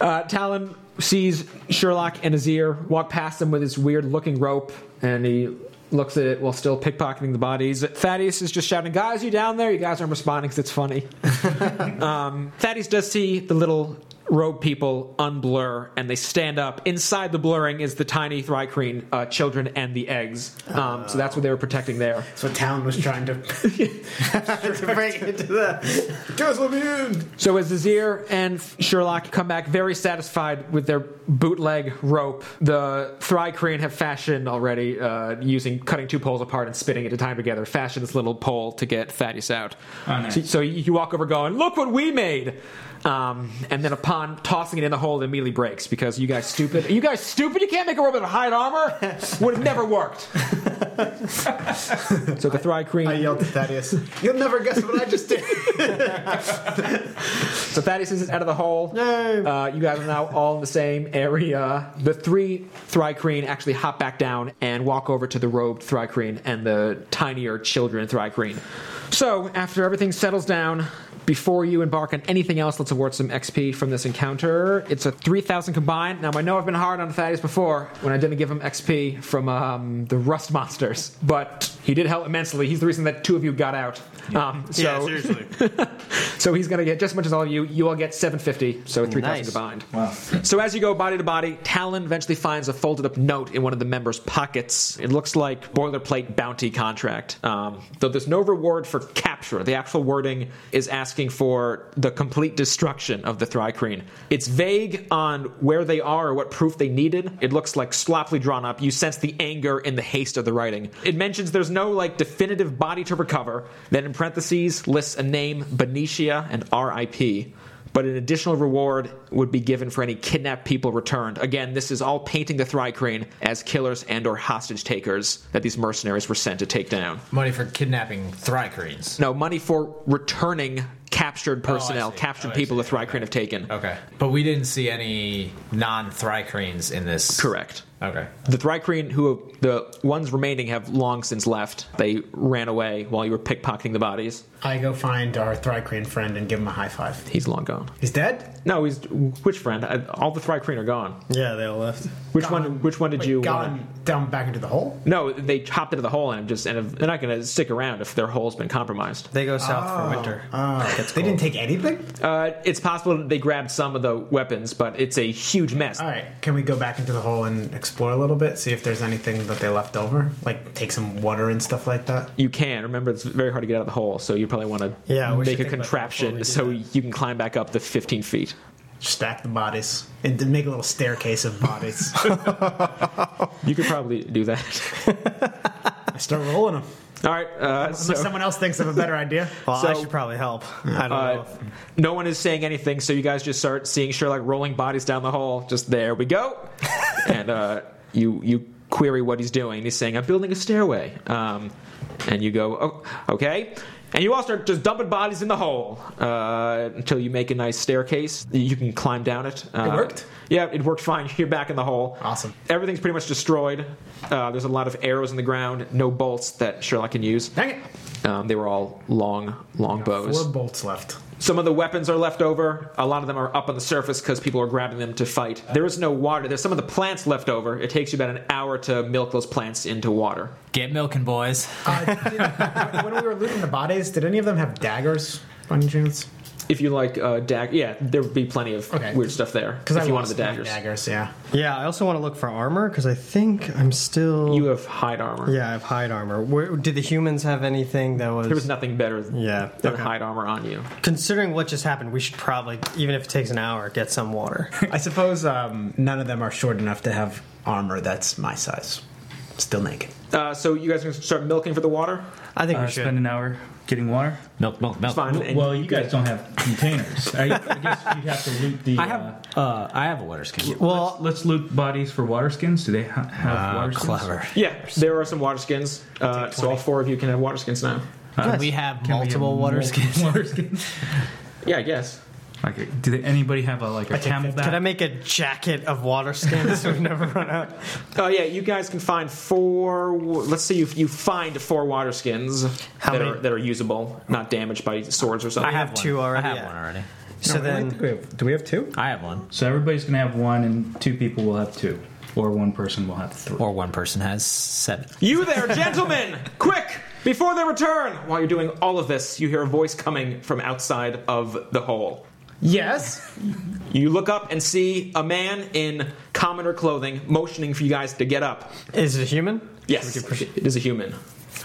[SPEAKER 1] uh, Talon sees Sherlock and Azir walk past him with his weird looking rope, and he looks at it while still pickpocketing the bodies. Thaddeus is just shouting, Guys, you down there? You guys aren't responding because it's funny. um, Thaddeus does see the little robe people unblur and they stand up inside the blurring is the tiny thrycreen uh, children and the eggs um, so that's what they were protecting there
[SPEAKER 3] That's what Talon was trying to.
[SPEAKER 2] to break into the.
[SPEAKER 3] Guys, let me in.
[SPEAKER 1] So as Azir and Sherlock come back very satisfied with their bootleg rope, the Thrycrane have fashioned already uh, using cutting two poles apart and spitting at a time together. Fashioned this little pole to get Thaddeus out.
[SPEAKER 5] Oh, nice.
[SPEAKER 1] so, so you walk over, going, "Look what we made!" Um, and then upon tossing it in the hole, it immediately breaks because you guys stupid. You guys stupid. You can't make a rope out of hide armor. Would have never worked. so the Thrycrane.
[SPEAKER 5] uh,
[SPEAKER 3] I yelled at Thaddeus. You'll never guess what I just did.
[SPEAKER 1] So Thaddeus is out of the hole. Uh, you guys are now all in the same area. The three Thrycreen actually hop back down and walk over to the robed Thrycreen and the tinier children Thrycreen. So after everything settles down, before you embark on anything else, let's award some XP from this encounter. It's a 3,000 combined. Now, I know I've been hard on Thaddeus before when I didn't give him XP from um, the Rust Monsters, but he did help immensely. He's the reason that two of you got out. Um, so
[SPEAKER 2] Yeah, seriously.
[SPEAKER 1] so he's going to get just as much as all of you. You all get 750, so 3,000
[SPEAKER 2] Nice.
[SPEAKER 1] combined. Wow. So as you go body to body, Talon eventually finds a folded up note in one of the members' pockets. It looks like boilerplate bounty contract, um, though there's no reward for capture. The actual wording is asking for the complete destruction of the Thrycreen. It's vague on where they are or what proof they needed. It looks like sloppily drawn up. You sense the anger in the haste of the writing. It mentions there's no like definitive body to recover. Then in parentheses lists a name Benicia and R.I.P. But an additional reward would be given for any kidnapped people returned. Again, this is all painting the Thrycrane as killers and/or hostage takers that these mercenaries were sent to take down.
[SPEAKER 4] Money for kidnapping Thrycreens.
[SPEAKER 1] No money for returning captured personnel,
[SPEAKER 4] see.
[SPEAKER 1] captured
[SPEAKER 4] Oh, I
[SPEAKER 1] people the
[SPEAKER 4] see.
[SPEAKER 1] Thrycrane have taken.
[SPEAKER 4] Okay. But we didn't see any non Thrycreens in this.
[SPEAKER 1] Correct.
[SPEAKER 4] Okay.
[SPEAKER 1] The Thrycreen, who the ones remaining, have long since left. They ran away while you were pickpocketing the bodies.
[SPEAKER 3] I go find our Thrycrane friend and give him a high five.
[SPEAKER 1] He's long gone.
[SPEAKER 3] He's dead.
[SPEAKER 1] No, he's which friend? I, all the Thrycreen are gone.
[SPEAKER 2] yeah, they all left.
[SPEAKER 1] Which one? Which one did you?
[SPEAKER 3] gone
[SPEAKER 1] wanna-
[SPEAKER 3] down back into the hole?
[SPEAKER 1] no, they hopped into the hole and have just and have, they're not going to stick around if their hole's been compromised.
[SPEAKER 2] They go south for winter.
[SPEAKER 1] Oh,
[SPEAKER 3] They didn't take anything.
[SPEAKER 1] Uh, it's possible that they grabbed some of the weapons, but it's a huge mess.
[SPEAKER 3] All right, can we go back into the hole and explore a little bit? See if there's anything that they left over, like take some water and stuff like that.
[SPEAKER 1] You can remember it's very hard to get out of the hole, so you probably want to
[SPEAKER 2] Yeah, we should
[SPEAKER 1] make a
[SPEAKER 2] think about that before
[SPEAKER 1] contraption
[SPEAKER 2] we do
[SPEAKER 1] so you can climb back up the 15 feet.
[SPEAKER 3] Stack the bodies and then make a little staircase of bodies.
[SPEAKER 1] You could probably do that.
[SPEAKER 3] I start rolling them.
[SPEAKER 1] All right. Uh, so,
[SPEAKER 4] Unless someone else thinks of a better idea.
[SPEAKER 2] Well, I
[SPEAKER 1] So-
[SPEAKER 2] should probably help. I don't
[SPEAKER 1] uh,
[SPEAKER 2] know.
[SPEAKER 1] no one is saying anything, so you guys just start seeing Sherlock rolling bodies down the hall. Just there we go, and uh, you you query what he's doing. He's saying, "I'm building a stairway," um, and you go, "Oh, okay." And you all start just dumping bodies in the hole uh, until you make a nice staircase. You can climb down it. Uh, it
[SPEAKER 4] worked?
[SPEAKER 1] Yeah, it worked fine. You're back in the hole.
[SPEAKER 4] Awesome.
[SPEAKER 1] Everything's pretty much destroyed. Uh, there's a lot of arrows in the ground, no bolts that Sherlock can use.
[SPEAKER 4] Dang it.
[SPEAKER 1] Um, they were all long, long bows.
[SPEAKER 4] Four bolts left.
[SPEAKER 1] Some of the weapons are left over. A lot of them are up on the surface because people are grabbing them to fight. There is no water. There's some of the plants left over. It takes you about an hour to milk those plants into water.
[SPEAKER 9] Get milking, boys.
[SPEAKER 4] Uh, when we were looting the bodies, did any of them have daggers by any chance?
[SPEAKER 1] If you like uh, dag, yeah, there would be plenty of
[SPEAKER 4] Okay.
[SPEAKER 1] weird stuff there. If
[SPEAKER 4] Because I
[SPEAKER 1] you wanted
[SPEAKER 4] lost
[SPEAKER 1] the
[SPEAKER 4] my
[SPEAKER 1] daggers,
[SPEAKER 4] Daggers, yeah.
[SPEAKER 2] Yeah, I also want to look for armor because I think I'm still.
[SPEAKER 1] you have hide armor.
[SPEAKER 2] yeah, I have hide armor. Where, did the humans have anything that was?
[SPEAKER 1] There was nothing better
[SPEAKER 2] Yeah,
[SPEAKER 1] than
[SPEAKER 2] okay.
[SPEAKER 1] hide armor on you.
[SPEAKER 2] Considering what just happened, we should probably, even if it takes an hour, get some water.
[SPEAKER 3] I suppose um, none of them are short enough to have armor that's my size. Still naked.
[SPEAKER 1] Uh, so you guys can start milking for the water.
[SPEAKER 2] I think
[SPEAKER 5] Uh,
[SPEAKER 2] we should.
[SPEAKER 5] spend an hour getting water.
[SPEAKER 9] Milk, milk, milk.
[SPEAKER 1] Fine. and
[SPEAKER 8] Well, you guys don't have containers. I, I guess you have to loot the.
[SPEAKER 9] I have, uh, I have a water skin.
[SPEAKER 2] well,
[SPEAKER 8] Let's loot bodies for water skins. Do they ha- have
[SPEAKER 9] Uh,
[SPEAKER 8] water skins?
[SPEAKER 9] clever.
[SPEAKER 1] Yeah, there are some water skins. Uh, so all four of you can have water skins now.
[SPEAKER 9] Can we have
[SPEAKER 8] Can we have
[SPEAKER 9] multiple water
[SPEAKER 8] multiple
[SPEAKER 9] skins?
[SPEAKER 8] Water skins.
[SPEAKER 1] Yeah, I guess.
[SPEAKER 8] Like, uh, do they, anybody have a like a camelback?
[SPEAKER 2] could I make a jacket of water skins so we never run out?
[SPEAKER 1] Oh yeah, you guys can find four. Let's say you you find four water skins
[SPEAKER 2] How
[SPEAKER 1] that
[SPEAKER 2] many?
[SPEAKER 1] are that are usable, not damaged by swords or something.
[SPEAKER 2] I have two already,
[SPEAKER 9] I have
[SPEAKER 2] yeah.
[SPEAKER 9] one already.
[SPEAKER 2] So then,
[SPEAKER 3] do we have two?
[SPEAKER 9] I have one.
[SPEAKER 8] so everybody's gonna have one, and two people will have two, or one person will have three.
[SPEAKER 9] Or one person has seven.
[SPEAKER 1] You there, gentlemen! Quick! Before they return! While you're doing all of this, you hear a voice coming from outside of the hole.
[SPEAKER 4] Yes.
[SPEAKER 1] You look up and see a man in commoner clothing motioning for you guys to get up.
[SPEAKER 2] is it a human?
[SPEAKER 1] Yes, it is a human.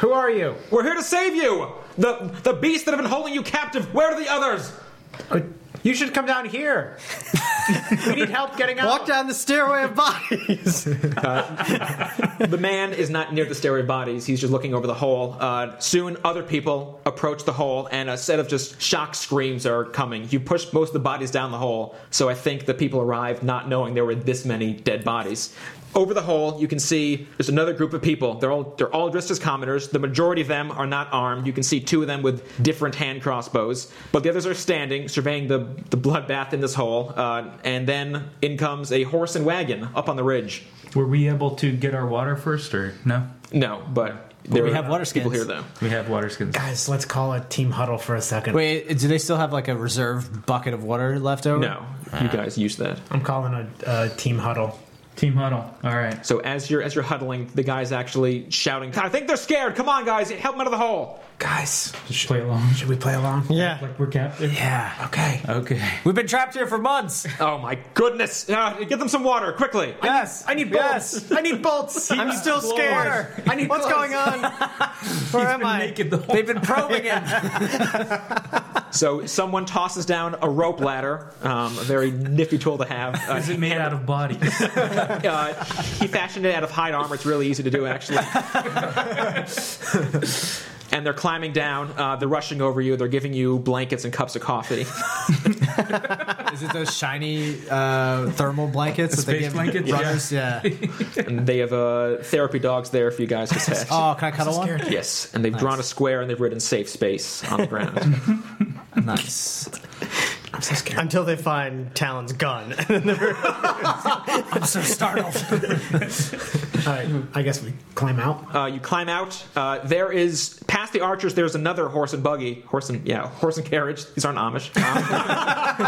[SPEAKER 4] Who are you?
[SPEAKER 1] We're here to save you! The the beasts that have been holding you captive, where are the others?
[SPEAKER 4] You should come down here. we need help getting out.
[SPEAKER 2] Walk down the stairway of bodies.
[SPEAKER 1] The man is not near the stairway of bodies. He's just looking over the hole. Uh, soon, other people approach the hole, and a set of just shock screams are coming. You push most of the bodies down the hole, so I think the people arrived not knowing there were this many dead bodies. Over the hole, you can see there's another group of people. They're all they're all dressed as commoners. The majority of them are not armed. You can see two of them with different hand crossbows, but the others are standing, surveying the the bloodbath in this hole. Uh, and then in comes a horse and wagon up on the ridge.
[SPEAKER 8] Were we able to get our water first, or no?
[SPEAKER 1] No, but there
[SPEAKER 9] we
[SPEAKER 1] are
[SPEAKER 9] have water
[SPEAKER 1] people
[SPEAKER 9] skins.
[SPEAKER 1] here though.
[SPEAKER 8] We have water skins.
[SPEAKER 3] Guys, let's call a team huddle for a second.
[SPEAKER 9] Wait, do they still have like a reserve bucket of water left over?
[SPEAKER 1] No, you guys use that.
[SPEAKER 3] I'm calling a, a team huddle.
[SPEAKER 8] Team huddle. All right.
[SPEAKER 1] So as you're as you're huddling, the guy's actually shouting, "I think they're scared. Come on, guys, help them out of the hole."
[SPEAKER 3] Guys,
[SPEAKER 8] Just play along.
[SPEAKER 3] should we play along?
[SPEAKER 2] yeah.
[SPEAKER 8] Like we're captive.
[SPEAKER 9] Yeah.
[SPEAKER 3] Okay.
[SPEAKER 9] Okay. We've been trapped here for months.
[SPEAKER 1] Oh my goodness! Uh, get them some water quickly.
[SPEAKER 2] Yes.
[SPEAKER 3] I need bolts. I need bolts.
[SPEAKER 2] I'm still scared.
[SPEAKER 3] I need
[SPEAKER 2] What's
[SPEAKER 3] bolts.
[SPEAKER 2] going on? Where am I?
[SPEAKER 9] They've been probing him.
[SPEAKER 1] So someone tosses down a rope ladder, um, a very nifty tool to have. Uh,
[SPEAKER 8] Is it made out of bodies?
[SPEAKER 1] uh, he fashioned it out of hide armor. It's really easy to do, actually. and they're climbing down. Uh, they're rushing over you. They're giving you blankets and cups of coffee.
[SPEAKER 9] Is it those shiny uh, thermal blankets that they
[SPEAKER 8] Space
[SPEAKER 9] give
[SPEAKER 8] blankets?
[SPEAKER 9] runners? Yeah.
[SPEAKER 1] And they have uh, therapy dogs there for you guys to pet.
[SPEAKER 9] Oh, can I cuddle one?
[SPEAKER 1] Yes, and they've drawn a square and they've written safe space on the ground.
[SPEAKER 9] Nice.
[SPEAKER 2] Until they find Talon's gun.
[SPEAKER 9] I'm so startled.
[SPEAKER 3] All right, I guess we climb out.
[SPEAKER 1] uh, you climb out. Uh, there is past the archers. There's another horse and buggy, horse and yeah, horse and carriage. These aren't Amish. Um,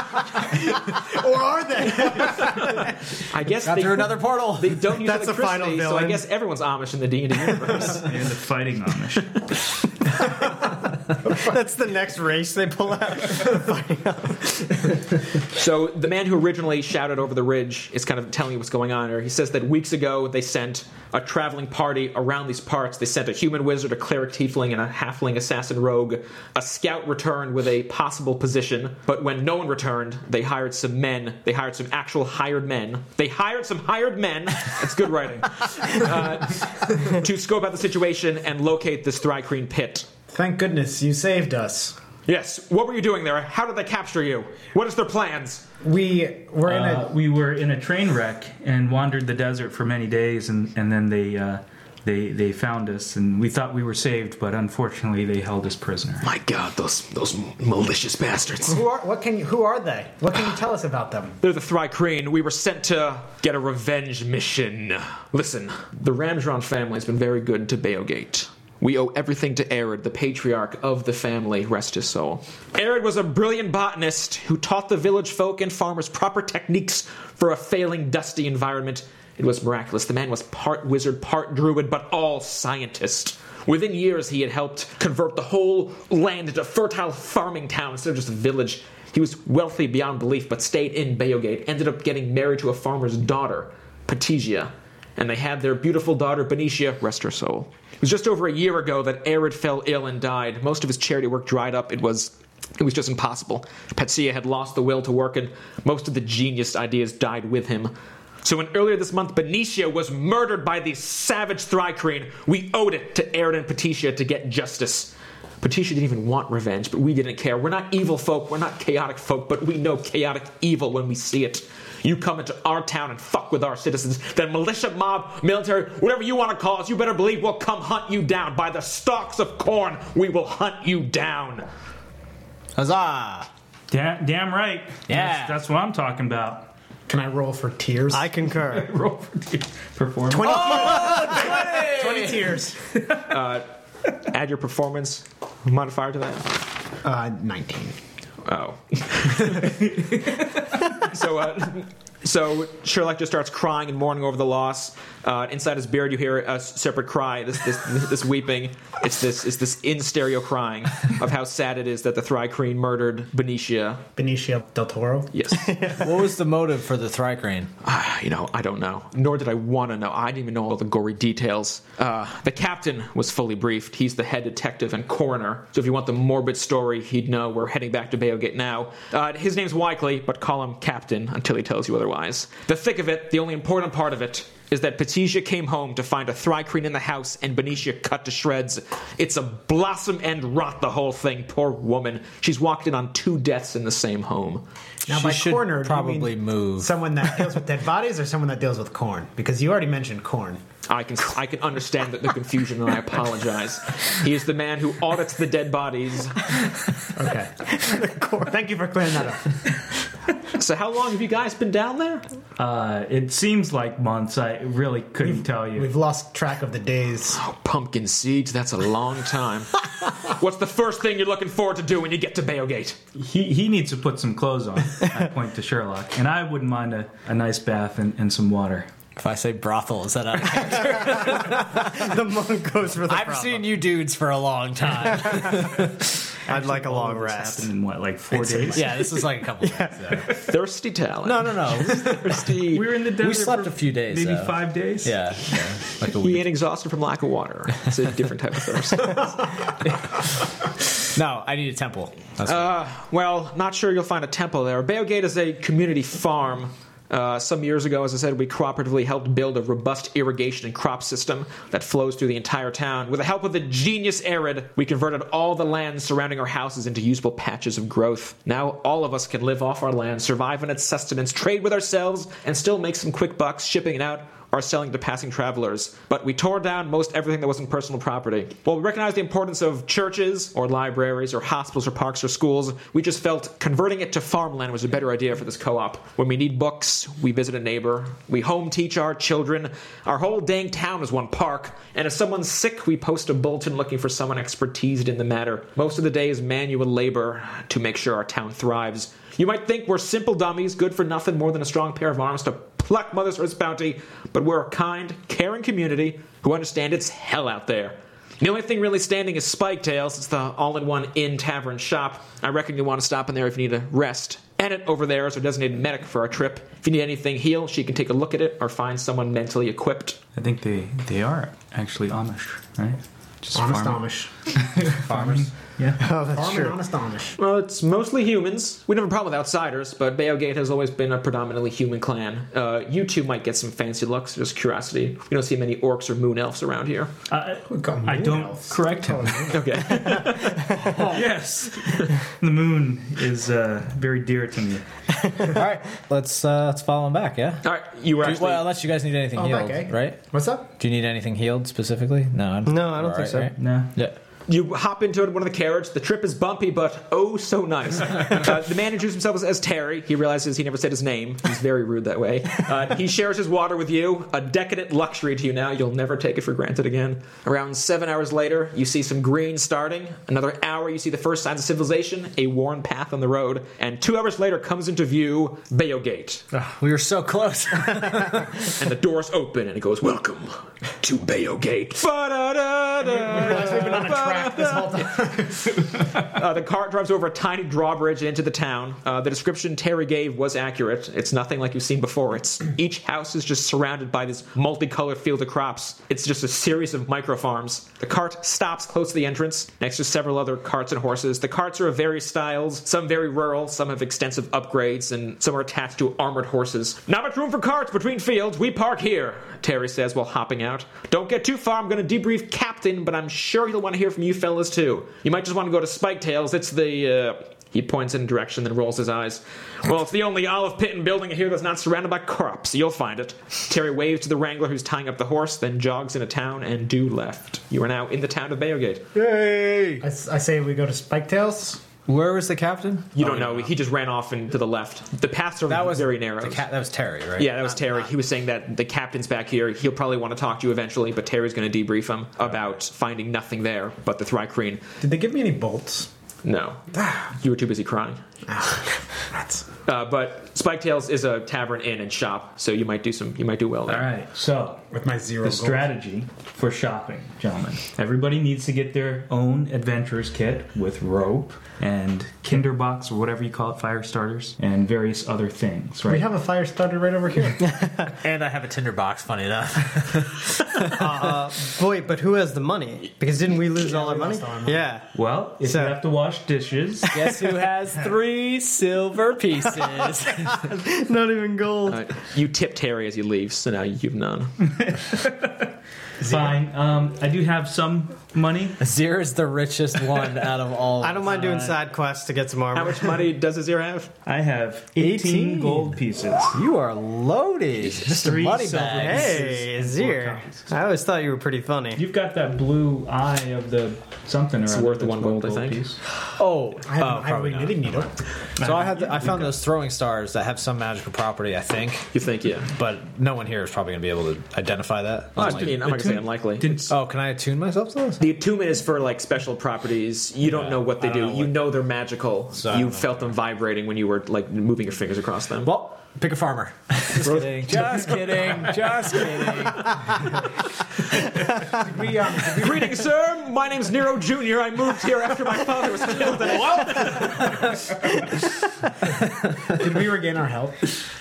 [SPEAKER 3] Or are they?
[SPEAKER 1] I guess
[SPEAKER 9] Got
[SPEAKER 1] they,
[SPEAKER 9] through another portal.
[SPEAKER 1] They don't use
[SPEAKER 2] That's the final
[SPEAKER 1] electricity, so I
[SPEAKER 2] villain.
[SPEAKER 1] guess everyone's Amish in the D and D universe.
[SPEAKER 8] and the fighting Amish.
[SPEAKER 2] That's the next race they pull out.
[SPEAKER 1] So the man who originally shouted over the ridge is kind of telling you what's going on. Or he says that weeks ago they sent a traveling party around these parts. They sent a human wizard, a cleric tiefling, and a halfling assassin rogue. A scout returned with a possible position, but when no one returned, they hired some men. They hired some actual hired men. They hired some hired men. That's good writing. uh, to scope out the situation and locate this Thrycreen pit.
[SPEAKER 9] Thank goodness you saved us.
[SPEAKER 1] Yes. What were you doing there? How did they capture you? What is their plans?
[SPEAKER 9] We were in
[SPEAKER 5] Uh,
[SPEAKER 9] a.
[SPEAKER 5] we were in a train wreck and wandered the desert for many days, and, and then they, uh, they they found us, and we thought we were saved, but unfortunately they held us prisoner.
[SPEAKER 6] My God, those those malicious bastards.
[SPEAKER 9] Who are? What can you? Who are they? What can you tell us about them?
[SPEAKER 1] They're the Thrycrane. We were sent to get a revenge mission. Listen, the Ramjaran family has been very good to Beogate. We owe everything to Arid, the patriarch of the family, rest his soul. Arid was a brilliant botanist who taught the village folk and farmers proper techniques for a failing, dusty environment. It was miraculous. The man was part wizard, part druid, but all scientist. Within years, he had helped convert the whole land into a fertile farming town instead of just a village. He was wealthy beyond belief, but stayed in Bayogate, ended up getting married to a farmer's daughter, Patesia, and they had their beautiful daughter, Benicia, rest her soul. It was just over a year ago that Arid fell ill and died. Most of his charity work dried up. It was it was just impossible. Patesia had lost the will to work, and most of the genius ideas died with him. So when earlier this month Benicia was murdered by the savage Thrycreen, we owed it to Arid and Patesia to get justice. Patricia didn't even want revenge, but we didn't care. We're not evil folk, we're not chaotic folk, but we know chaotic evil when we see it. You come into our town and fuck with our citizens, then militia, mob, military, whatever you want to call us, you better believe we'll come hunt you down. By the stalks of corn, we will hunt you down.
[SPEAKER 9] Huzzah!
[SPEAKER 5] Damn, damn right.
[SPEAKER 9] Yeah.
[SPEAKER 5] that's, that's what I'm talking about.
[SPEAKER 9] Can I roll for tears?
[SPEAKER 2] I concur.
[SPEAKER 5] Roll for team performance.
[SPEAKER 3] Uh,
[SPEAKER 9] Twenty tears.
[SPEAKER 1] Add your performance modifier to that.
[SPEAKER 9] Uh, nineteen.
[SPEAKER 1] Oh. so, uh, so Sherlock just starts crying and mourning over the loss. Uh, inside his beard, you hear a s- separate cry. This, this, this weeping. It's this, it's this in stereo crying of how sad it is that the Thrycreen murdered Benicia.
[SPEAKER 9] Benicio del Toro.
[SPEAKER 1] Yes.
[SPEAKER 9] Uh,
[SPEAKER 4] What was the motive for the Thrycrane?
[SPEAKER 1] Ah, you know, I don't know. Nor did I want to know. I didn't even know all the gory details. Uh, the captain was fully briefed. He's the head detective and coroner. So if you want the morbid story, he'd know we're heading back to Bayogate now. Uh, his name's Wycley, but call him Captain until he tells you otherwise. The thick of it, the only important part of it, is that Petitia came home to find a Thrycreen in the house and Benicia cut to shreds. It's a blossom and rot, the whole thing. Poor woman. She's walked in on two deaths in the same home.
[SPEAKER 9] Now,
[SPEAKER 4] She
[SPEAKER 9] by
[SPEAKER 4] should
[SPEAKER 9] corner, do you
[SPEAKER 4] probably
[SPEAKER 9] mean
[SPEAKER 4] move.
[SPEAKER 9] Someone that deals with dead bodies, or someone that deals with corn? Because you already mentioned corn.
[SPEAKER 1] I can I can understand that the confusion, and I apologize. He is the man who audits the dead bodies.
[SPEAKER 9] Okay. Thank you for clearing that up.
[SPEAKER 1] So, how long have you guys been down there?
[SPEAKER 5] Uh, it seems like months. I really couldn't tell you.
[SPEAKER 9] We've lost track of the days.
[SPEAKER 1] Oh, pumpkin seeds. That's a long time. What's the first thing you're looking forward to do when you get to Bayogate?
[SPEAKER 5] He, he needs to put some clothes on. I point to Sherlock, and I wouldn't mind a, a nice bath and, and some water.
[SPEAKER 4] If I say brothel, is that out of
[SPEAKER 2] the monk goes for the
[SPEAKER 4] I've
[SPEAKER 2] problem.
[SPEAKER 4] seen you dudes for a long time.
[SPEAKER 2] I'd like a long
[SPEAKER 5] This
[SPEAKER 2] rest.
[SPEAKER 5] happened in what, like four
[SPEAKER 2] It's-
[SPEAKER 5] days?
[SPEAKER 4] yeah, this is like a couple of days. though.
[SPEAKER 1] Thirsty talent.
[SPEAKER 4] No, no, no.
[SPEAKER 1] thirsty.
[SPEAKER 5] We were in the desert.
[SPEAKER 4] slept
[SPEAKER 5] for
[SPEAKER 4] a few days,
[SPEAKER 5] maybe
[SPEAKER 4] though.
[SPEAKER 5] five days.
[SPEAKER 4] Yeah, yeah. Like a
[SPEAKER 1] He
[SPEAKER 4] week.
[SPEAKER 1] ain't exhausted from lack of water. It's a different type of thirst.
[SPEAKER 4] No, I need a temple. That's
[SPEAKER 9] Uh,
[SPEAKER 1] Well, not sure you'll find a temple there. Bayogate is a community farm. Uh, some years ago, as I said, we cooperatively helped build a robust irrigation and crop system that flows through the entire town. With the help of the genius Arid, we converted all the land surrounding our houses into usable patches of growth. Now all of us can live off our land, survive on its sustenance, trade with ourselves, and still make some quick bucks shipping it out are selling to passing travelers, but we tore down most everything that wasn't personal property. While we recognized the importance of churches or libraries or hospitals or parks or schools, we just felt converting it to farmland was a better idea for this co op. When we need books, we visit a neighbor, we home teach our children, our whole dang town is one park, and if someone's sick, we post a bulletin looking for someone expertised in the matter. Most of the day is manual labor to make sure our town thrives. You might think we're simple dummies, good for nothing more than a strong pair of arms to pluck Mother's Earth's bounty, but we're a kind, caring community who understand it's hell out there. The only thing really standing is Spike Tails. It's the all-in-one inn tavern shop. I reckon you want to stop in there if you need a rest. Annette over there is our designated medic for our trip. If you need anything healed, she can take a look at it or find someone mentally equipped.
[SPEAKER 8] I think they they are actually Amish, right? Just
[SPEAKER 3] Honest
[SPEAKER 8] farming-
[SPEAKER 3] Amish.
[SPEAKER 8] farmers. Yeah.
[SPEAKER 2] Oh, that's
[SPEAKER 3] Farm
[SPEAKER 2] true.
[SPEAKER 3] and honest Amish.
[SPEAKER 1] Well, it's mostly humans. We don't have a problem with outsiders, but Baogate has always been a predominantly human clan. Uh, you two might get some fancy looks, just curiosity. We don't see many orcs or moon elves around here.
[SPEAKER 5] I,
[SPEAKER 3] got
[SPEAKER 5] I
[SPEAKER 3] moon
[SPEAKER 5] don't
[SPEAKER 3] elves.
[SPEAKER 5] correct him.
[SPEAKER 1] Okay.
[SPEAKER 5] yes, the moon is uh, very dear to me.
[SPEAKER 9] All right, let's uh, let's follow him back. Yeah.
[SPEAKER 1] All right, you were actually.
[SPEAKER 9] well, unless you guys need anything
[SPEAKER 3] Oh,
[SPEAKER 9] healed,
[SPEAKER 3] back, eh?
[SPEAKER 9] right?
[SPEAKER 3] What's up?
[SPEAKER 9] Do you need anything healed specifically? No. I'm,
[SPEAKER 2] No, I don't
[SPEAKER 9] we're
[SPEAKER 2] think so.
[SPEAKER 5] No,
[SPEAKER 9] Yeah.
[SPEAKER 1] You hop into one of the carriage. The trip is bumpy, but oh so nice. Uh, the man introduces himself as, as Terry. He realizes he never said his name. He's very rude that way. Uh, he shares his water with you, a decadent luxury to you now. You'll never take it for granted again. Around seven hours later, you see some green starting. Another hour, you see the first signs of civilization, a worn path on the road. And two hours later comes into view Bayo Gate.
[SPEAKER 9] We were so close.
[SPEAKER 1] And the doors open, and it goes, Welcome to Bayo Gate. Ba-da-da-da. Uh, the cart drives over a tiny drawbridge into the town. Uh, the description Terry gave was accurate. It's nothing like you've seen before. It's each house is just surrounded by this multicolored field of crops. It's just a series of micro farms. The cart stops close to the entrance, next to several other carts and horses. The carts are of various styles. Some very rural. Some have extensive upgrades, and some are attached to armored horses. Not much room for carts between fields. We park here, Terry says while hopping out. Don't get too far. I'm going to debrief Captain, but I'm sure he'll want to hear from you fellas too. You might just want to go to Spike Tails. It's the. Uh, he points in a direction, then rolls his eyes. Well, it's the only olive pit and building here that's not surrounded by crops. You'll find it. Terry waves to the wrangler who's tying up the horse, then jogs into town and due left. You are now in the town of Bayogate.
[SPEAKER 9] Yay!
[SPEAKER 3] I, s- I say we go to Spike Tails.
[SPEAKER 9] Where was the captain?
[SPEAKER 1] You don't know. He just ran off and to the left. The paths are
[SPEAKER 9] Oh, That was
[SPEAKER 1] very narrow.
[SPEAKER 9] The ca- that was Terry, right?
[SPEAKER 1] Yeah, that was Terry. He was saying that the captain's back here. He'll probably want to talk to you eventually, but Terry's going to debrief him about finding nothing there but the Thrycreen.
[SPEAKER 3] Did they give me any bolts?
[SPEAKER 1] No. you were too busy crying. Uh, but Spike Tails is a tavern, inn, and shop, so you might do some. You might do well there.
[SPEAKER 5] All right, so
[SPEAKER 3] With my zero
[SPEAKER 5] the
[SPEAKER 3] gold.
[SPEAKER 5] strategy for shopping, gentlemen. Everybody needs to get their own adventurers kit with rope and Kinderbox or whatever you call it, fire starters, and various other things. Right?
[SPEAKER 3] We have a fire starter right over here.
[SPEAKER 9] And I have a tinder box. Funny enough.
[SPEAKER 2] Uh, Boy, but who has the money? Because didn't we lose all our
[SPEAKER 3] we
[SPEAKER 2] money?
[SPEAKER 3] lost all our
[SPEAKER 2] Yeah.
[SPEAKER 5] well, if
[SPEAKER 2] So-
[SPEAKER 5] you have to wash dishes,
[SPEAKER 9] Guess who has three silver pieces?
[SPEAKER 2] Not even gold.
[SPEAKER 1] Uh, you tip Terry as he leaves, so now you've none.
[SPEAKER 5] fine. Um, I do have some money.
[SPEAKER 9] Zir is the richest one out of all.
[SPEAKER 2] I don't mind doing side quests to get some
[SPEAKER 1] How
[SPEAKER 2] armor.
[SPEAKER 1] much money does Azir have?
[SPEAKER 5] I have 18,
[SPEAKER 9] 18.
[SPEAKER 5] gold pieces.
[SPEAKER 9] You are loaded, Mr.
[SPEAKER 5] Three
[SPEAKER 9] Moneybag.
[SPEAKER 5] silver.
[SPEAKER 2] Hey,
[SPEAKER 5] This is four
[SPEAKER 2] Azir.
[SPEAKER 5] copies.
[SPEAKER 2] I always thought you were pretty funny.
[SPEAKER 5] You've got that blue eye of the something. It's
[SPEAKER 1] worth one gold, I think.
[SPEAKER 9] Oh,
[SPEAKER 3] I have, I have a
[SPEAKER 9] probably not.
[SPEAKER 3] knitting needle.
[SPEAKER 9] So I have. I found those throwing stars that have some magical property, I think,
[SPEAKER 1] You think, yeah.
[SPEAKER 9] but no one here is probably going to be able to identify that.
[SPEAKER 1] Well, I mean, I'm not gonna say unlikely.
[SPEAKER 9] oh, can I attune myself to this?
[SPEAKER 1] The attunement is for like special properties. You don't
[SPEAKER 9] Yeah,
[SPEAKER 1] know what they
[SPEAKER 9] I don't
[SPEAKER 1] do.
[SPEAKER 9] know
[SPEAKER 1] you
[SPEAKER 9] what-
[SPEAKER 1] know they're magical.
[SPEAKER 9] So I
[SPEAKER 1] you
[SPEAKER 9] don't know
[SPEAKER 1] felt them vibrating when you were like moving your fingers across them.
[SPEAKER 9] Well, pick a farmer. Just kidding. Just kidding. Just kidding.
[SPEAKER 3] We, um,
[SPEAKER 1] Greetings, sir. My name's Nero Jr. I moved here after my father was killed. What?
[SPEAKER 3] did we regain our health?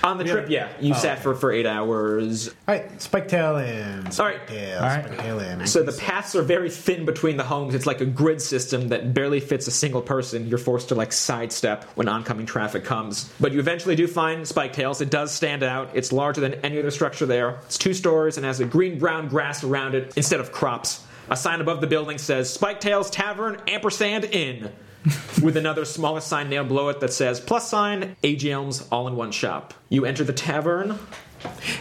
[SPEAKER 1] On the trip, yeah. You sat for, for eight hours.
[SPEAKER 3] All right, Spike Tail in. Spike
[SPEAKER 1] right.
[SPEAKER 3] Tail,
[SPEAKER 5] All right.
[SPEAKER 3] Spike Tail in.
[SPEAKER 1] So the paths are very thin between the homes. It's like a grid system that barely fits a single person. You're forced to like sidestep when oncoming traffic comes. But you eventually do find Spike Tails. It does stand out. It's larger than any other structure there. It's two stories and has a green brown grass around it instead of crops. A sign above the building says Spike Tails Tavern Ampersand Inn. with another smaller sign nailed below it that says plus sign AGM's all in one shop. You enter the tavern.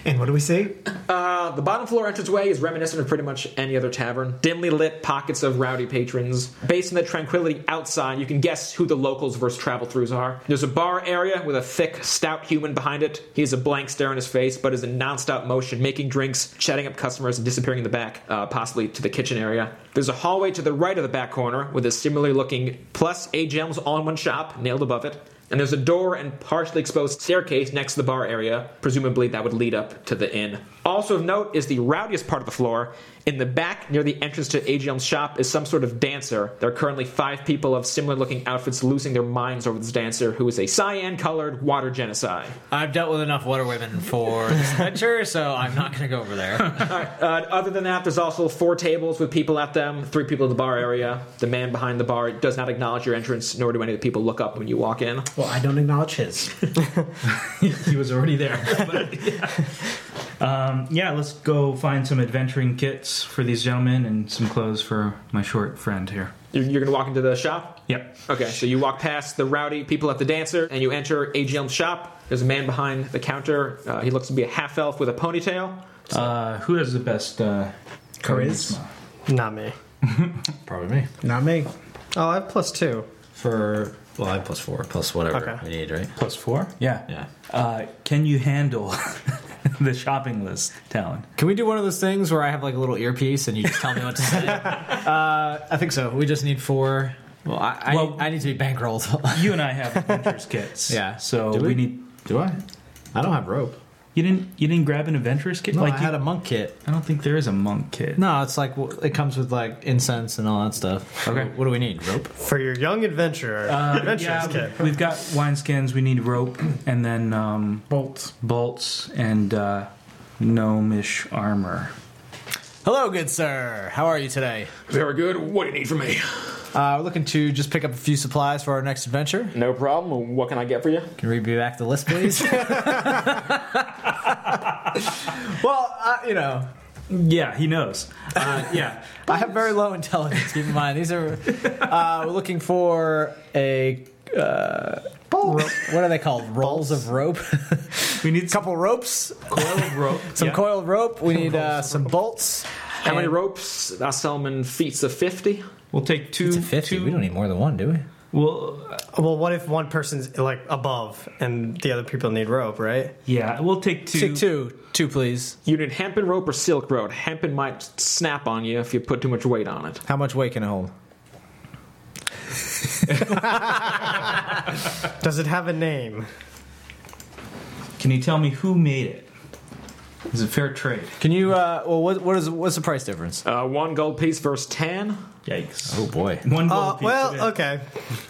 [SPEAKER 3] and what do we see?
[SPEAKER 1] Uh, the bottom floor entranceway is reminiscent of pretty much any other tavern. Dimly lit pockets of rowdy patrons. Based on the tranquility outside, you can guess who the locals versus travel throughs are. There's a bar area with a thick, stout human behind it. He has a blank stare on his face, but is in nonstop motion, making drinks, chatting up customers, and disappearing in the back, uh, possibly to the kitchen area. There's a hallway to the right of the back corner with a similar looking plus A gems all in one shop nailed above it. And there's a door and partially exposed staircase next to the bar area. Presumably, that would lead up to the inn. Also of note is the rowdiest part of the floor In the back, near the entrance to Aegeon's shop, is some sort of dancer. There are currently five people of similar looking outfits losing their minds over this dancer, who is a cyan colored water genocide.
[SPEAKER 9] I've dealt with enough water women for this adventure, so I'm not going to go over there.
[SPEAKER 1] Uh, other than that, there's also four tables with people at them, three people in the bar area. The man behind the bar does not acknowledge your entrance, nor do any of the people look up when you walk in.
[SPEAKER 3] Well, I don't acknowledge his.
[SPEAKER 5] he was already there. yeah. Um, yeah, let's go find some adventuring kits for these gentlemen and some clothes for my short friend here.
[SPEAKER 1] You're, you're going to walk into the shop?
[SPEAKER 5] Yep.
[SPEAKER 1] Okay, so you walk past the rowdy people at the dancer, and you enter AGM's shop. There's a man behind the counter. Uh, he looks to be a half elf with a ponytail.
[SPEAKER 5] Uh, who has the best uh,
[SPEAKER 9] Charisma.
[SPEAKER 2] Not me.
[SPEAKER 9] Probably me.
[SPEAKER 3] Not me.
[SPEAKER 2] Oh, I have plus two.
[SPEAKER 9] For, well, I'm plus four, plus whatever
[SPEAKER 2] Okay.
[SPEAKER 9] we need, right?
[SPEAKER 5] Plus four? Yeah.
[SPEAKER 9] Yeah.
[SPEAKER 5] Uh, can you handle the shopping list, Talon?
[SPEAKER 9] Can we do one of those things where I have like a little earpiece and you just tell me what to say? uh, I think so. We just need four. Well, I, I,
[SPEAKER 5] Well-
[SPEAKER 9] I need to be bankrolled.
[SPEAKER 5] You and I have adventures kits.
[SPEAKER 9] Yeah.
[SPEAKER 5] So
[SPEAKER 9] Do
[SPEAKER 5] we?
[SPEAKER 9] we?
[SPEAKER 5] need.
[SPEAKER 9] do I? I don't have rope.
[SPEAKER 5] You didn't. You didn't grab an adventurers kit.
[SPEAKER 9] No,
[SPEAKER 5] like
[SPEAKER 9] I
[SPEAKER 5] you,
[SPEAKER 9] had a monk kit.
[SPEAKER 5] I don't think there is a monk kit.
[SPEAKER 9] No, it's like w- it comes with like incense and all that stuff.
[SPEAKER 5] Okay.
[SPEAKER 9] What do we need? Rope.
[SPEAKER 2] For your young adventurer,
[SPEAKER 5] Uh,
[SPEAKER 2] adventurous kid.
[SPEAKER 5] we- Um, we've got wineskins. We need rope, and then um, bolts, bolts, and uh, gnomish armor.
[SPEAKER 9] Hello, good sir. How are you today?
[SPEAKER 1] Very good. What do you need from me?
[SPEAKER 9] Uh, we're looking to just pick up a few supplies for our next adventure.
[SPEAKER 1] No problem. What can I get for you?
[SPEAKER 9] Can we be back the list, please? well, uh, you know,
[SPEAKER 5] Yeah, he knows. Uh, yeah,
[SPEAKER 9] I have very low intelligence. Keep in mind, these are uh, we're looking for a. Uh, ro- what are they called? Rolls of rope.
[SPEAKER 5] we need some
[SPEAKER 9] couple ropes.
[SPEAKER 5] coiled rope.
[SPEAKER 9] Some
[SPEAKER 5] Yeah.
[SPEAKER 9] coiled rope. We need uh, some bolts.
[SPEAKER 1] How many ropes? I sell them in feats of 50.
[SPEAKER 5] We'll take two. Two.
[SPEAKER 9] We don't need more than one, do we?
[SPEAKER 5] Well, uh,
[SPEAKER 2] Well, what if one person's like above and the other people need rope, right?
[SPEAKER 5] yeah, we'll take two.
[SPEAKER 9] Take two, two, please.
[SPEAKER 1] You need hempen rope or silk rope. Hempen might snap on you if you put too much weight on it.
[SPEAKER 9] How much weight can it hold?
[SPEAKER 2] Does it have a name?
[SPEAKER 5] Can you tell me who made it? Is it fair trade?
[SPEAKER 9] Can you? Uh, well, what, what is what's the price difference?
[SPEAKER 1] Uh, one gold piece versus 10.
[SPEAKER 5] Yikes!
[SPEAKER 9] Oh boy.
[SPEAKER 5] One gold
[SPEAKER 2] Uh,
[SPEAKER 5] piece. it is.
[SPEAKER 2] well, okay.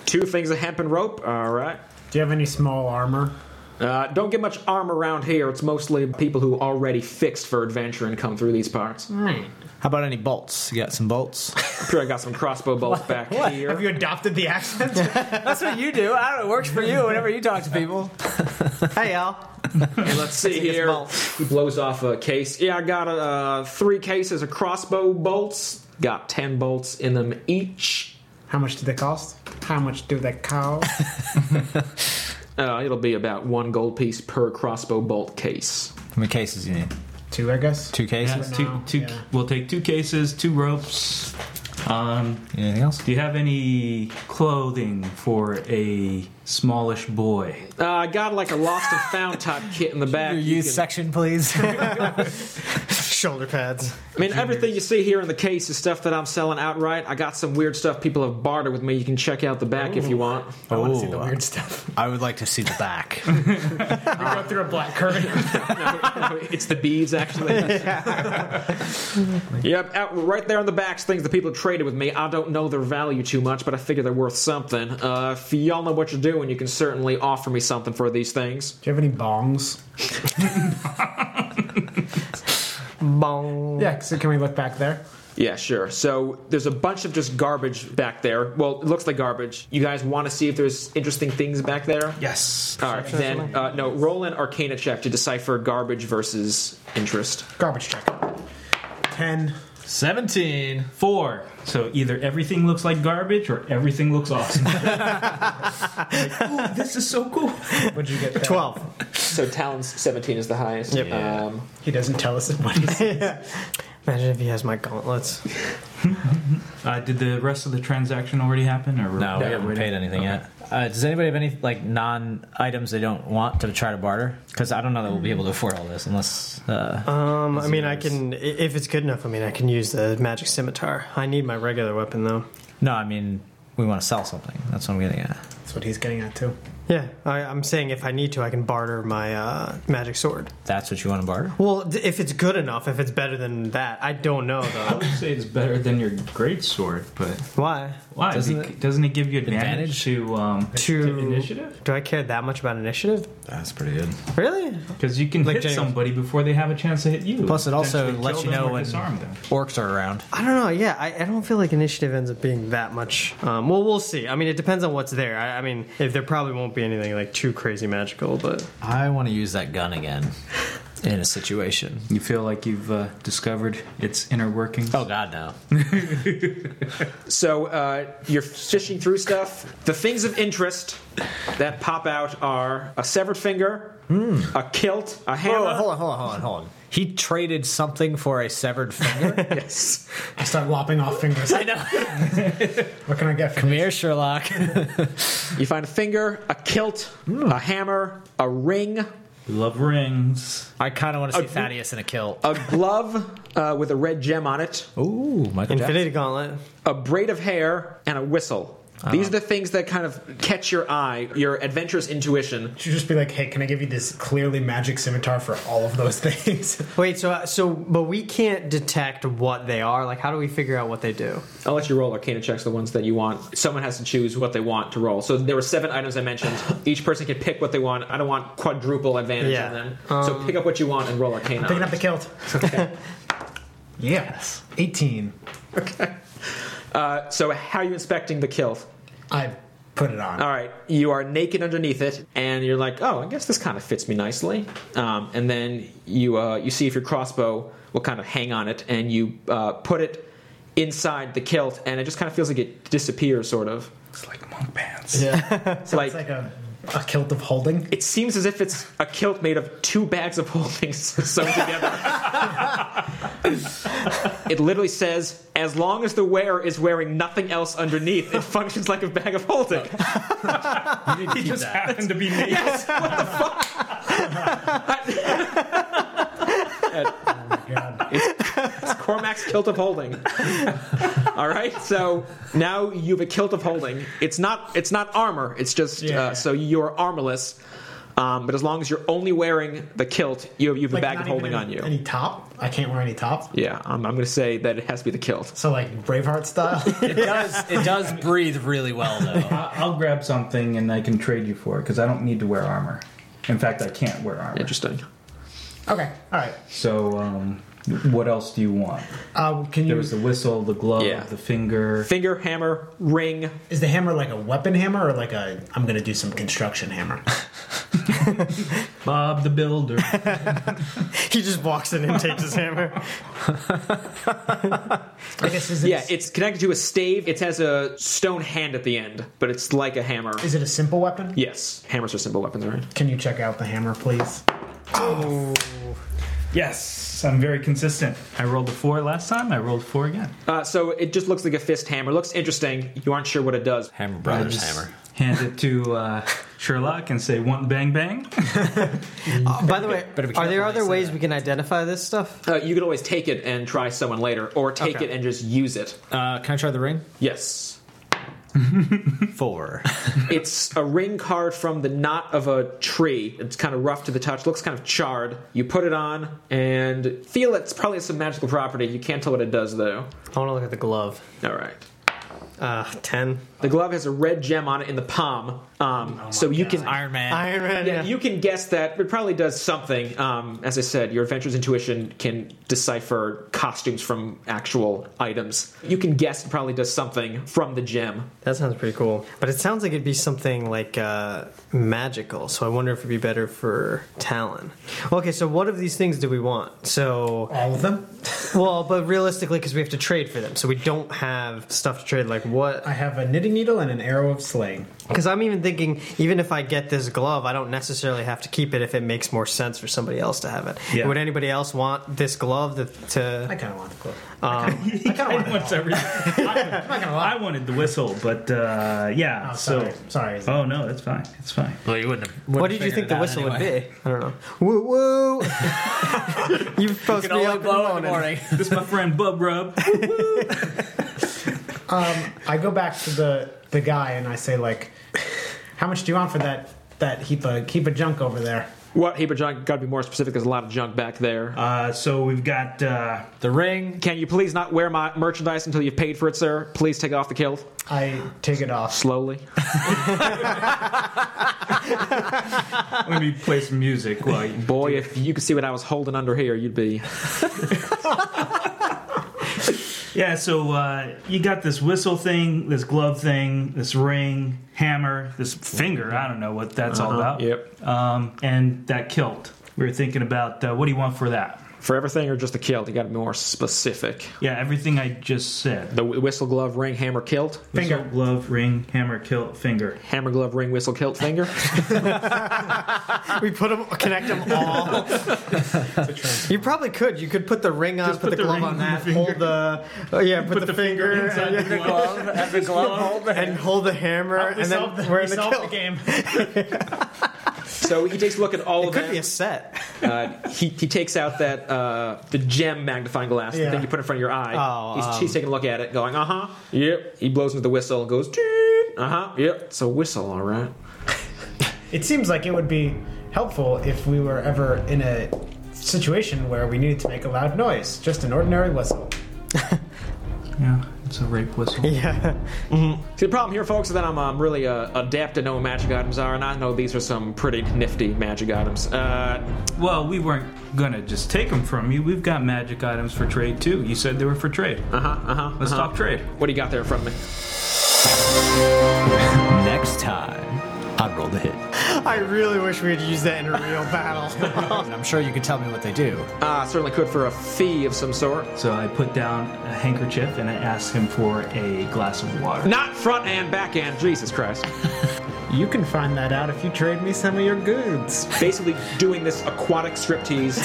[SPEAKER 1] Two things of hempen rope. All right.
[SPEAKER 3] Do you have any small armor?
[SPEAKER 1] Uh, don't get much arm around here. It's mostly people who already fixed for adventure and come through these parts.
[SPEAKER 3] Mm.
[SPEAKER 9] How about any bolts? You got some bolts?
[SPEAKER 1] I'm sure I got some crossbow bolts back here.
[SPEAKER 2] Have you adopted the accent?
[SPEAKER 9] That's what you do. I don't know. It works for you whenever you talk to people.
[SPEAKER 2] hey, Al.
[SPEAKER 1] And let's see
[SPEAKER 2] his
[SPEAKER 1] here.
[SPEAKER 2] bolt.
[SPEAKER 1] He blows off a case. Yeah, I got uh, three cases of crossbow bolts. Got ten bolts in them each.
[SPEAKER 3] How much do they cost? How much do they cost?
[SPEAKER 1] Uh, it'll be about one gold piece per crossbow bolt case.
[SPEAKER 9] How many cases you need?
[SPEAKER 3] Two, I guess.
[SPEAKER 9] Two
[SPEAKER 5] Yeah,
[SPEAKER 9] cases.
[SPEAKER 5] two,
[SPEAKER 3] now,
[SPEAKER 5] two,
[SPEAKER 3] yeah.
[SPEAKER 5] We'll take two cases, two ropes. Um,
[SPEAKER 9] Anything else?
[SPEAKER 5] do you have any clothing for a smallish boy?
[SPEAKER 1] Uh, I got like a lost and found type kit in the back.
[SPEAKER 9] Your
[SPEAKER 1] You
[SPEAKER 9] youth
[SPEAKER 1] can-
[SPEAKER 9] section, please.
[SPEAKER 2] Shoulder pads.
[SPEAKER 1] I mean, everything you see here in the case is stuff that I'm selling outright. I got some weird stuff people have bartered with me. You can check out the back if you want.
[SPEAKER 9] I want to see the weird stuff. I would like to see the back.
[SPEAKER 3] go through a black curtain.
[SPEAKER 1] it's the beads, actually. yep, out, right there on the back's things the people traded with me. I don't know their value too much, but I figure they're worth something. Uh, if y'all know what you're doing, you can certainly offer me something for these things.
[SPEAKER 3] Do you have any bongs?
[SPEAKER 2] Bong.
[SPEAKER 3] Yeah, so can we look back there?
[SPEAKER 1] Yeah, sure. So there's a bunch of just garbage back there. Well, it looks like garbage. You guys want to see if there's interesting things back there?
[SPEAKER 5] Yes.
[SPEAKER 1] All right, then, uh, no, roll an arcana check to decipher garbage versus interest.
[SPEAKER 3] Garbage truck. Ten.
[SPEAKER 9] Seventeen.
[SPEAKER 5] Four. So either everything looks like garbage or everything looks awesome. Like, "Ooh, this is so cool.
[SPEAKER 3] What'd you get? There?
[SPEAKER 2] 12.
[SPEAKER 1] So Talon's 17 is the highest.
[SPEAKER 2] Yep. Yeah.
[SPEAKER 1] Um,
[SPEAKER 3] He doesn't tell us what he's.
[SPEAKER 2] Imagine if he has my gauntlets.
[SPEAKER 5] Uh, did the rest of the transaction already happen? Or
[SPEAKER 9] No, we haven't paid anything yet. Uh, does anybody have any like non-items they don't want to try to barter? Because I don't know that we'll be able to afford all this unless. Uh,
[SPEAKER 2] Um, I mean, I can, i- if it's good enough, I mean, I can use the magic scimitar. I need my regular weapon, though.
[SPEAKER 9] no, I mean we want to sell something. That's what I'm getting at.
[SPEAKER 3] That's what he's getting at too.
[SPEAKER 2] Yeah, I, I'm saying if I need to, I can barter my uh, magic sword.
[SPEAKER 9] That's what you want to barter?
[SPEAKER 2] Well, d- if it's good enough, if it's better than that, I don't know
[SPEAKER 8] I
[SPEAKER 2] though.
[SPEAKER 8] would say it's better than your great sword, but
[SPEAKER 2] Why?
[SPEAKER 8] why?
[SPEAKER 9] Doesn't
[SPEAKER 8] Doesn't it, doesn't it give you advantage, to um
[SPEAKER 2] To-
[SPEAKER 8] initiative?
[SPEAKER 2] Do I care that much about initiative?
[SPEAKER 10] That's pretty good.
[SPEAKER 2] Really?
[SPEAKER 8] Because you can
[SPEAKER 2] Like
[SPEAKER 8] hit
[SPEAKER 2] James.
[SPEAKER 8] somebody before they have a chance to hit you.
[SPEAKER 9] Plus, it also
[SPEAKER 8] Potentially
[SPEAKER 9] lets
[SPEAKER 8] kill
[SPEAKER 9] you
[SPEAKER 8] them
[SPEAKER 9] know
[SPEAKER 8] or
[SPEAKER 9] when
[SPEAKER 8] disarm them.
[SPEAKER 9] orcs are around.
[SPEAKER 2] I don't know. Yeah, I, I don't feel like initiative ends up being that much. Um, well, we'll see. I mean, it depends on what's there. I, I mean, if there probably won't be anything like too crazy magical, but
[SPEAKER 9] I want to use that gun again in a situation.
[SPEAKER 8] You feel like you've uh, discovered its inner workings.
[SPEAKER 9] Oh, God, no.
[SPEAKER 1] So uh, you're fishing through stuff. The things of interest that pop out are a severed finger, a kilt, a hammer.
[SPEAKER 9] hold on, hold on, hold on, hold on. Hmm. Oh, He traded something for a severed finger?
[SPEAKER 1] Yes.
[SPEAKER 3] I start lopping off fingers.
[SPEAKER 9] I know.
[SPEAKER 3] What can I get?
[SPEAKER 9] Come here, Sherlock.
[SPEAKER 1] You find a finger, a kilt,
[SPEAKER 9] Hmm.
[SPEAKER 1] a hammer, a ring,
[SPEAKER 8] Love rings.
[SPEAKER 9] I kind of want to see Thaddeus in a kilt.
[SPEAKER 1] a glove uh, with a red gem on it,
[SPEAKER 9] Ooh, Michael Jackson.
[SPEAKER 2] Infinity Gauntlet.
[SPEAKER 1] a braid of hair, and a whistle.
[SPEAKER 3] Uh-huh.
[SPEAKER 1] These are the things that kind of catch your eye, your adventurous intuition.
[SPEAKER 3] Should just be like, hey, can I give you this clearly magic scimitar for all of those things?
[SPEAKER 2] Wait, so so, but we can't detect what they are. Like, how do we figure out what they do?
[SPEAKER 1] I'll let you roll Arcana checks, the ones that you want. Someone has to choose what they want to roll. So there were seven items I mentioned. Each person can pick what they want. I don't want quadruple advantage
[SPEAKER 2] Yeah.
[SPEAKER 1] on them. so pick up what you want and roll Arcana.
[SPEAKER 3] Um, Picking up the kilt. yes. 18.
[SPEAKER 1] Uh, so how are you inspecting the kilt?
[SPEAKER 3] I put it on.
[SPEAKER 1] All right, you are naked underneath it, and you're like, oh, I guess this kind of fits me nicely. Um, and then you uh, you see if your crossbow will kind of hang on it, and you uh, put it inside the kilt, and it just kind of feels like it disappears, sort of.
[SPEAKER 8] It's like monk pants.
[SPEAKER 1] It's like,
[SPEAKER 3] It's like a, a kilt of holding.
[SPEAKER 1] it seems as if it's a kilt made of two bags of holdings sewn together. it literally says, as long as the wearer is wearing nothing else underneath, it functions like a bag of holding.
[SPEAKER 8] He just happened to be naked.
[SPEAKER 1] Cormac's kilt of holding. All right, so now you have a kilt of holding. It's not it's not armor. It's just uh, so you're armorless. Um, but as long as you're only wearing the kilt, you have, you have
[SPEAKER 3] Like,
[SPEAKER 1] a bag
[SPEAKER 3] not
[SPEAKER 1] of holding
[SPEAKER 3] even
[SPEAKER 1] on you.
[SPEAKER 3] Any top? I can't wear any top.
[SPEAKER 1] yeah, um, I'm going to say that it has to be the kilt.
[SPEAKER 3] So like Braveheart style.
[SPEAKER 9] It does, it does breathe really well, though.
[SPEAKER 8] I- I'll grab something and I can trade you for it because I don't need to wear armor. In fact, I can't wear armor.
[SPEAKER 1] Interesting.
[SPEAKER 3] okay. All right.
[SPEAKER 8] So, um, what else do you want?
[SPEAKER 3] Um, can
[SPEAKER 8] There
[SPEAKER 3] you?
[SPEAKER 8] was the whistle, the glove,
[SPEAKER 1] Yeah.
[SPEAKER 8] the finger.
[SPEAKER 1] Finger, hammer, ring.
[SPEAKER 3] is the hammer like a weapon hammer or like a? I'm gonna do some construction hammer.
[SPEAKER 8] Bob the Builder.
[SPEAKER 2] He just walks in and takes his hammer.
[SPEAKER 3] I guess is it?
[SPEAKER 1] Yeah, it's connected to a stave. It has a stone hand at the end, but it's like a hammer.
[SPEAKER 3] is it a simple weapon?
[SPEAKER 1] Yes, hammers are simple weapons, right?
[SPEAKER 3] Can you check out the hammer, please?
[SPEAKER 2] Oh.
[SPEAKER 8] yes, I'm very consistent. I rolled a four last time. I rolled a four again.
[SPEAKER 1] Uh, so it just looks like a fist hammer. Looks interesting. You aren't sure what it does.
[SPEAKER 9] Hammer
[SPEAKER 8] I
[SPEAKER 9] Brothers
[SPEAKER 8] just
[SPEAKER 9] hammer.
[SPEAKER 8] Hand it to uh, Sherlock and say, "Want bang bang?"
[SPEAKER 2] By the way,
[SPEAKER 9] be
[SPEAKER 2] are there
[SPEAKER 9] careful how you
[SPEAKER 2] other
[SPEAKER 9] say
[SPEAKER 2] ways
[SPEAKER 9] that.
[SPEAKER 2] we can identify this stuff?
[SPEAKER 1] Uh, you could always take it and try someone later, or take
[SPEAKER 2] Okay.
[SPEAKER 1] it and just use it.
[SPEAKER 9] Uh, can I try the ring?
[SPEAKER 1] Yes.
[SPEAKER 9] Four.
[SPEAKER 1] it's a ring card from the knot of a tree. It's kind of rough to the touch, looks kind of charred. You put it on and feel it's probably some magical property. You can't tell what it does, though.
[SPEAKER 2] I want to look at the glove.
[SPEAKER 1] All right.
[SPEAKER 2] Uh, ten.
[SPEAKER 1] The glove has a red gem on it in the palm, um, so you can
[SPEAKER 9] Oh Iron Man.
[SPEAKER 2] Iron Man.
[SPEAKER 1] Yeah,
[SPEAKER 2] Yeah,
[SPEAKER 1] you can guess that it probably does something. Um, as I said, your adventurer's intuition can decipher costumes from actual items. You can guess it probably does something from the gem.
[SPEAKER 2] that sounds pretty cool. But it sounds like it'd be something like uh, magical. So I wonder if it'd be better for Talon. Okay, so what of these things do we want? So
[SPEAKER 3] All of them.
[SPEAKER 2] well, but realistically, because we have to trade for them, so we don't have stuff to trade. Like what?
[SPEAKER 3] I have a knitting needle and an arrow of slaying.
[SPEAKER 2] Because I'm even thinking, even if I get this glove, I don't necessarily have to keep it if it makes more sense for somebody else to have it.
[SPEAKER 8] Yeah.
[SPEAKER 2] Would anybody else want this glove to? to
[SPEAKER 3] I kind of want the glove.
[SPEAKER 8] I wants everything. I, I wanted the whistle, but uh, yeah.
[SPEAKER 3] Oh,
[SPEAKER 8] so
[SPEAKER 3] sorry. Sorry.
[SPEAKER 8] Oh no, that's fine. It's fine.
[SPEAKER 9] Well, you wouldn't have.
[SPEAKER 2] what did you think the whistle would be? I don't know. Woo woo! you supposed to be up
[SPEAKER 9] in the
[SPEAKER 2] morning.
[SPEAKER 9] morning.
[SPEAKER 8] This is my friend Bub Rub.
[SPEAKER 6] Um,
[SPEAKER 3] I go back to the the guy and I say like, "How much do you want for that
[SPEAKER 6] that heap of keep a junk over there.
[SPEAKER 1] What heap of junk? Got to be more specific. There's a lot of junk back there.
[SPEAKER 5] Uh, so we've got uh,
[SPEAKER 9] The ring.
[SPEAKER 1] Can you please not wear my merchandise until you've paid for it, sir? Please take off the kilt
[SPEAKER 6] I take it off.
[SPEAKER 1] slowly.
[SPEAKER 5] let me play some music while you
[SPEAKER 1] Boy, if you could see what I was holding under here, you'd be.
[SPEAKER 5] Yeah, so uh, you got this whistle thing, this glove thing, this ring, hammer, this finger. I don't know what that's
[SPEAKER 9] Uh-huh.
[SPEAKER 5] all
[SPEAKER 9] Uh,
[SPEAKER 5] about.
[SPEAKER 1] Yep.
[SPEAKER 5] Um, and that kilt. We were thinking about uh, what do you want for that?
[SPEAKER 1] For everything or just the kilt, you got to be more specific.
[SPEAKER 5] Yeah, everything I just said.
[SPEAKER 1] The wh- whistle, glove, ring, hammer, kilt.
[SPEAKER 5] Finger, glove, ring, hammer, kilt, finger.
[SPEAKER 1] Hammer, glove, ring, whistle, kilt, finger.
[SPEAKER 2] We put them, connect them all. you probably could. You could put the ring on,
[SPEAKER 5] Just
[SPEAKER 2] put,
[SPEAKER 5] put
[SPEAKER 2] the
[SPEAKER 5] the
[SPEAKER 2] glove
[SPEAKER 5] ring
[SPEAKER 2] on
[SPEAKER 5] on
[SPEAKER 2] that,
[SPEAKER 5] the
[SPEAKER 2] hold the, oh, yeah, put, the, finger,
[SPEAKER 5] inside
[SPEAKER 2] and,
[SPEAKER 5] the glove.
[SPEAKER 9] Every glove.
[SPEAKER 2] and hold the hammer, and then we're in the kill.
[SPEAKER 5] game.
[SPEAKER 1] so he takes a look at all
[SPEAKER 2] It
[SPEAKER 1] of
[SPEAKER 2] could
[SPEAKER 1] them.
[SPEAKER 2] be a set.
[SPEAKER 1] uh, he, he takes out that uh, the gem magnifying glass, the
[SPEAKER 2] Yeah.
[SPEAKER 1] thing you put in front of your eye.
[SPEAKER 2] Oh,
[SPEAKER 1] he's,
[SPEAKER 2] um,
[SPEAKER 1] he's taking a look at it, going, uh huh, yep. He blows into the whistle and goes, uh huh, yep. It's a whistle, all right.
[SPEAKER 6] It seems like it would be helpful if we were ever in a situation where we needed to make a loud noise, just an ordinary whistle.
[SPEAKER 5] Yeah, it's a rape whistle.
[SPEAKER 2] Yeah.
[SPEAKER 1] See, the problem here, folks, is that I'm um, really uh, adept at knowing what magic items are, and I know these are some pretty nifty magic items. Uh,
[SPEAKER 5] Well, we weren't gonna just take them from you. We've got magic items for trade too. You said they were for trade. Uh huh. Uh huh. Let's talk trade.
[SPEAKER 1] what do you got there in front of me?
[SPEAKER 9] Next time, I rolled a hit.
[SPEAKER 2] I really wish we had used that in a real battle.
[SPEAKER 9] And I'm sure you could tell me what they do.
[SPEAKER 1] Ah, certainly could for a fee of some sort.
[SPEAKER 5] So I put down a handkerchief and I asked him for a glass of water.
[SPEAKER 1] Not front and back end, Jesus Christ.
[SPEAKER 6] You can find that out if you trade me some of your goods.
[SPEAKER 1] Basically, doing this aquatic striptease.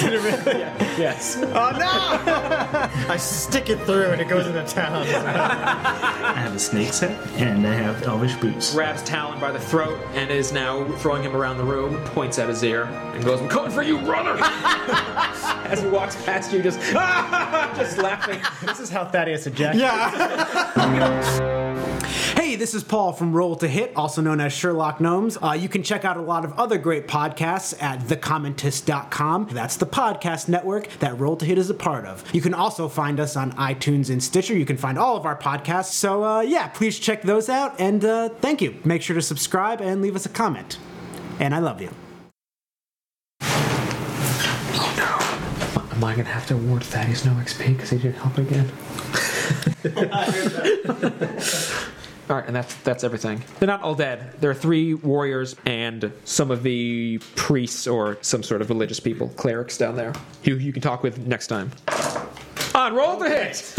[SPEAKER 1] Yeah, yes.
[SPEAKER 2] oh no! I stick it through and it goes into town.
[SPEAKER 5] I have a snake set and I have elvish boots.
[SPEAKER 1] grabs Talon by the throat and is now throwing him around the room, points at his ear, and goes, "We're coming for you, brother!" As he walks past you, just just laughing.
[SPEAKER 6] This is how Thaddeus ejaculates.
[SPEAKER 2] Yeah.
[SPEAKER 6] Hey, this is Paul from Roll to Hit, also known as Sherlock Gnomes. Uh, you can check out a lot of other great podcasts at thecommentist.com. That's the podcast network that Roll to Hit is a part of. You can also find us on iTunes and Stitcher. You can find all of our podcasts. So, uh, yeah, please check those out. And uh, thank you. Make sure to subscribe and leave us a comment. And I love you.
[SPEAKER 1] Am I gonna have to award Thaddeus no XP because he didn't help again? All right, and that's that's everything. They're not all dead. There are three warriors and some of the priests or some sort of religious people, clerics down there, who you can talk with next time. On roll the hit.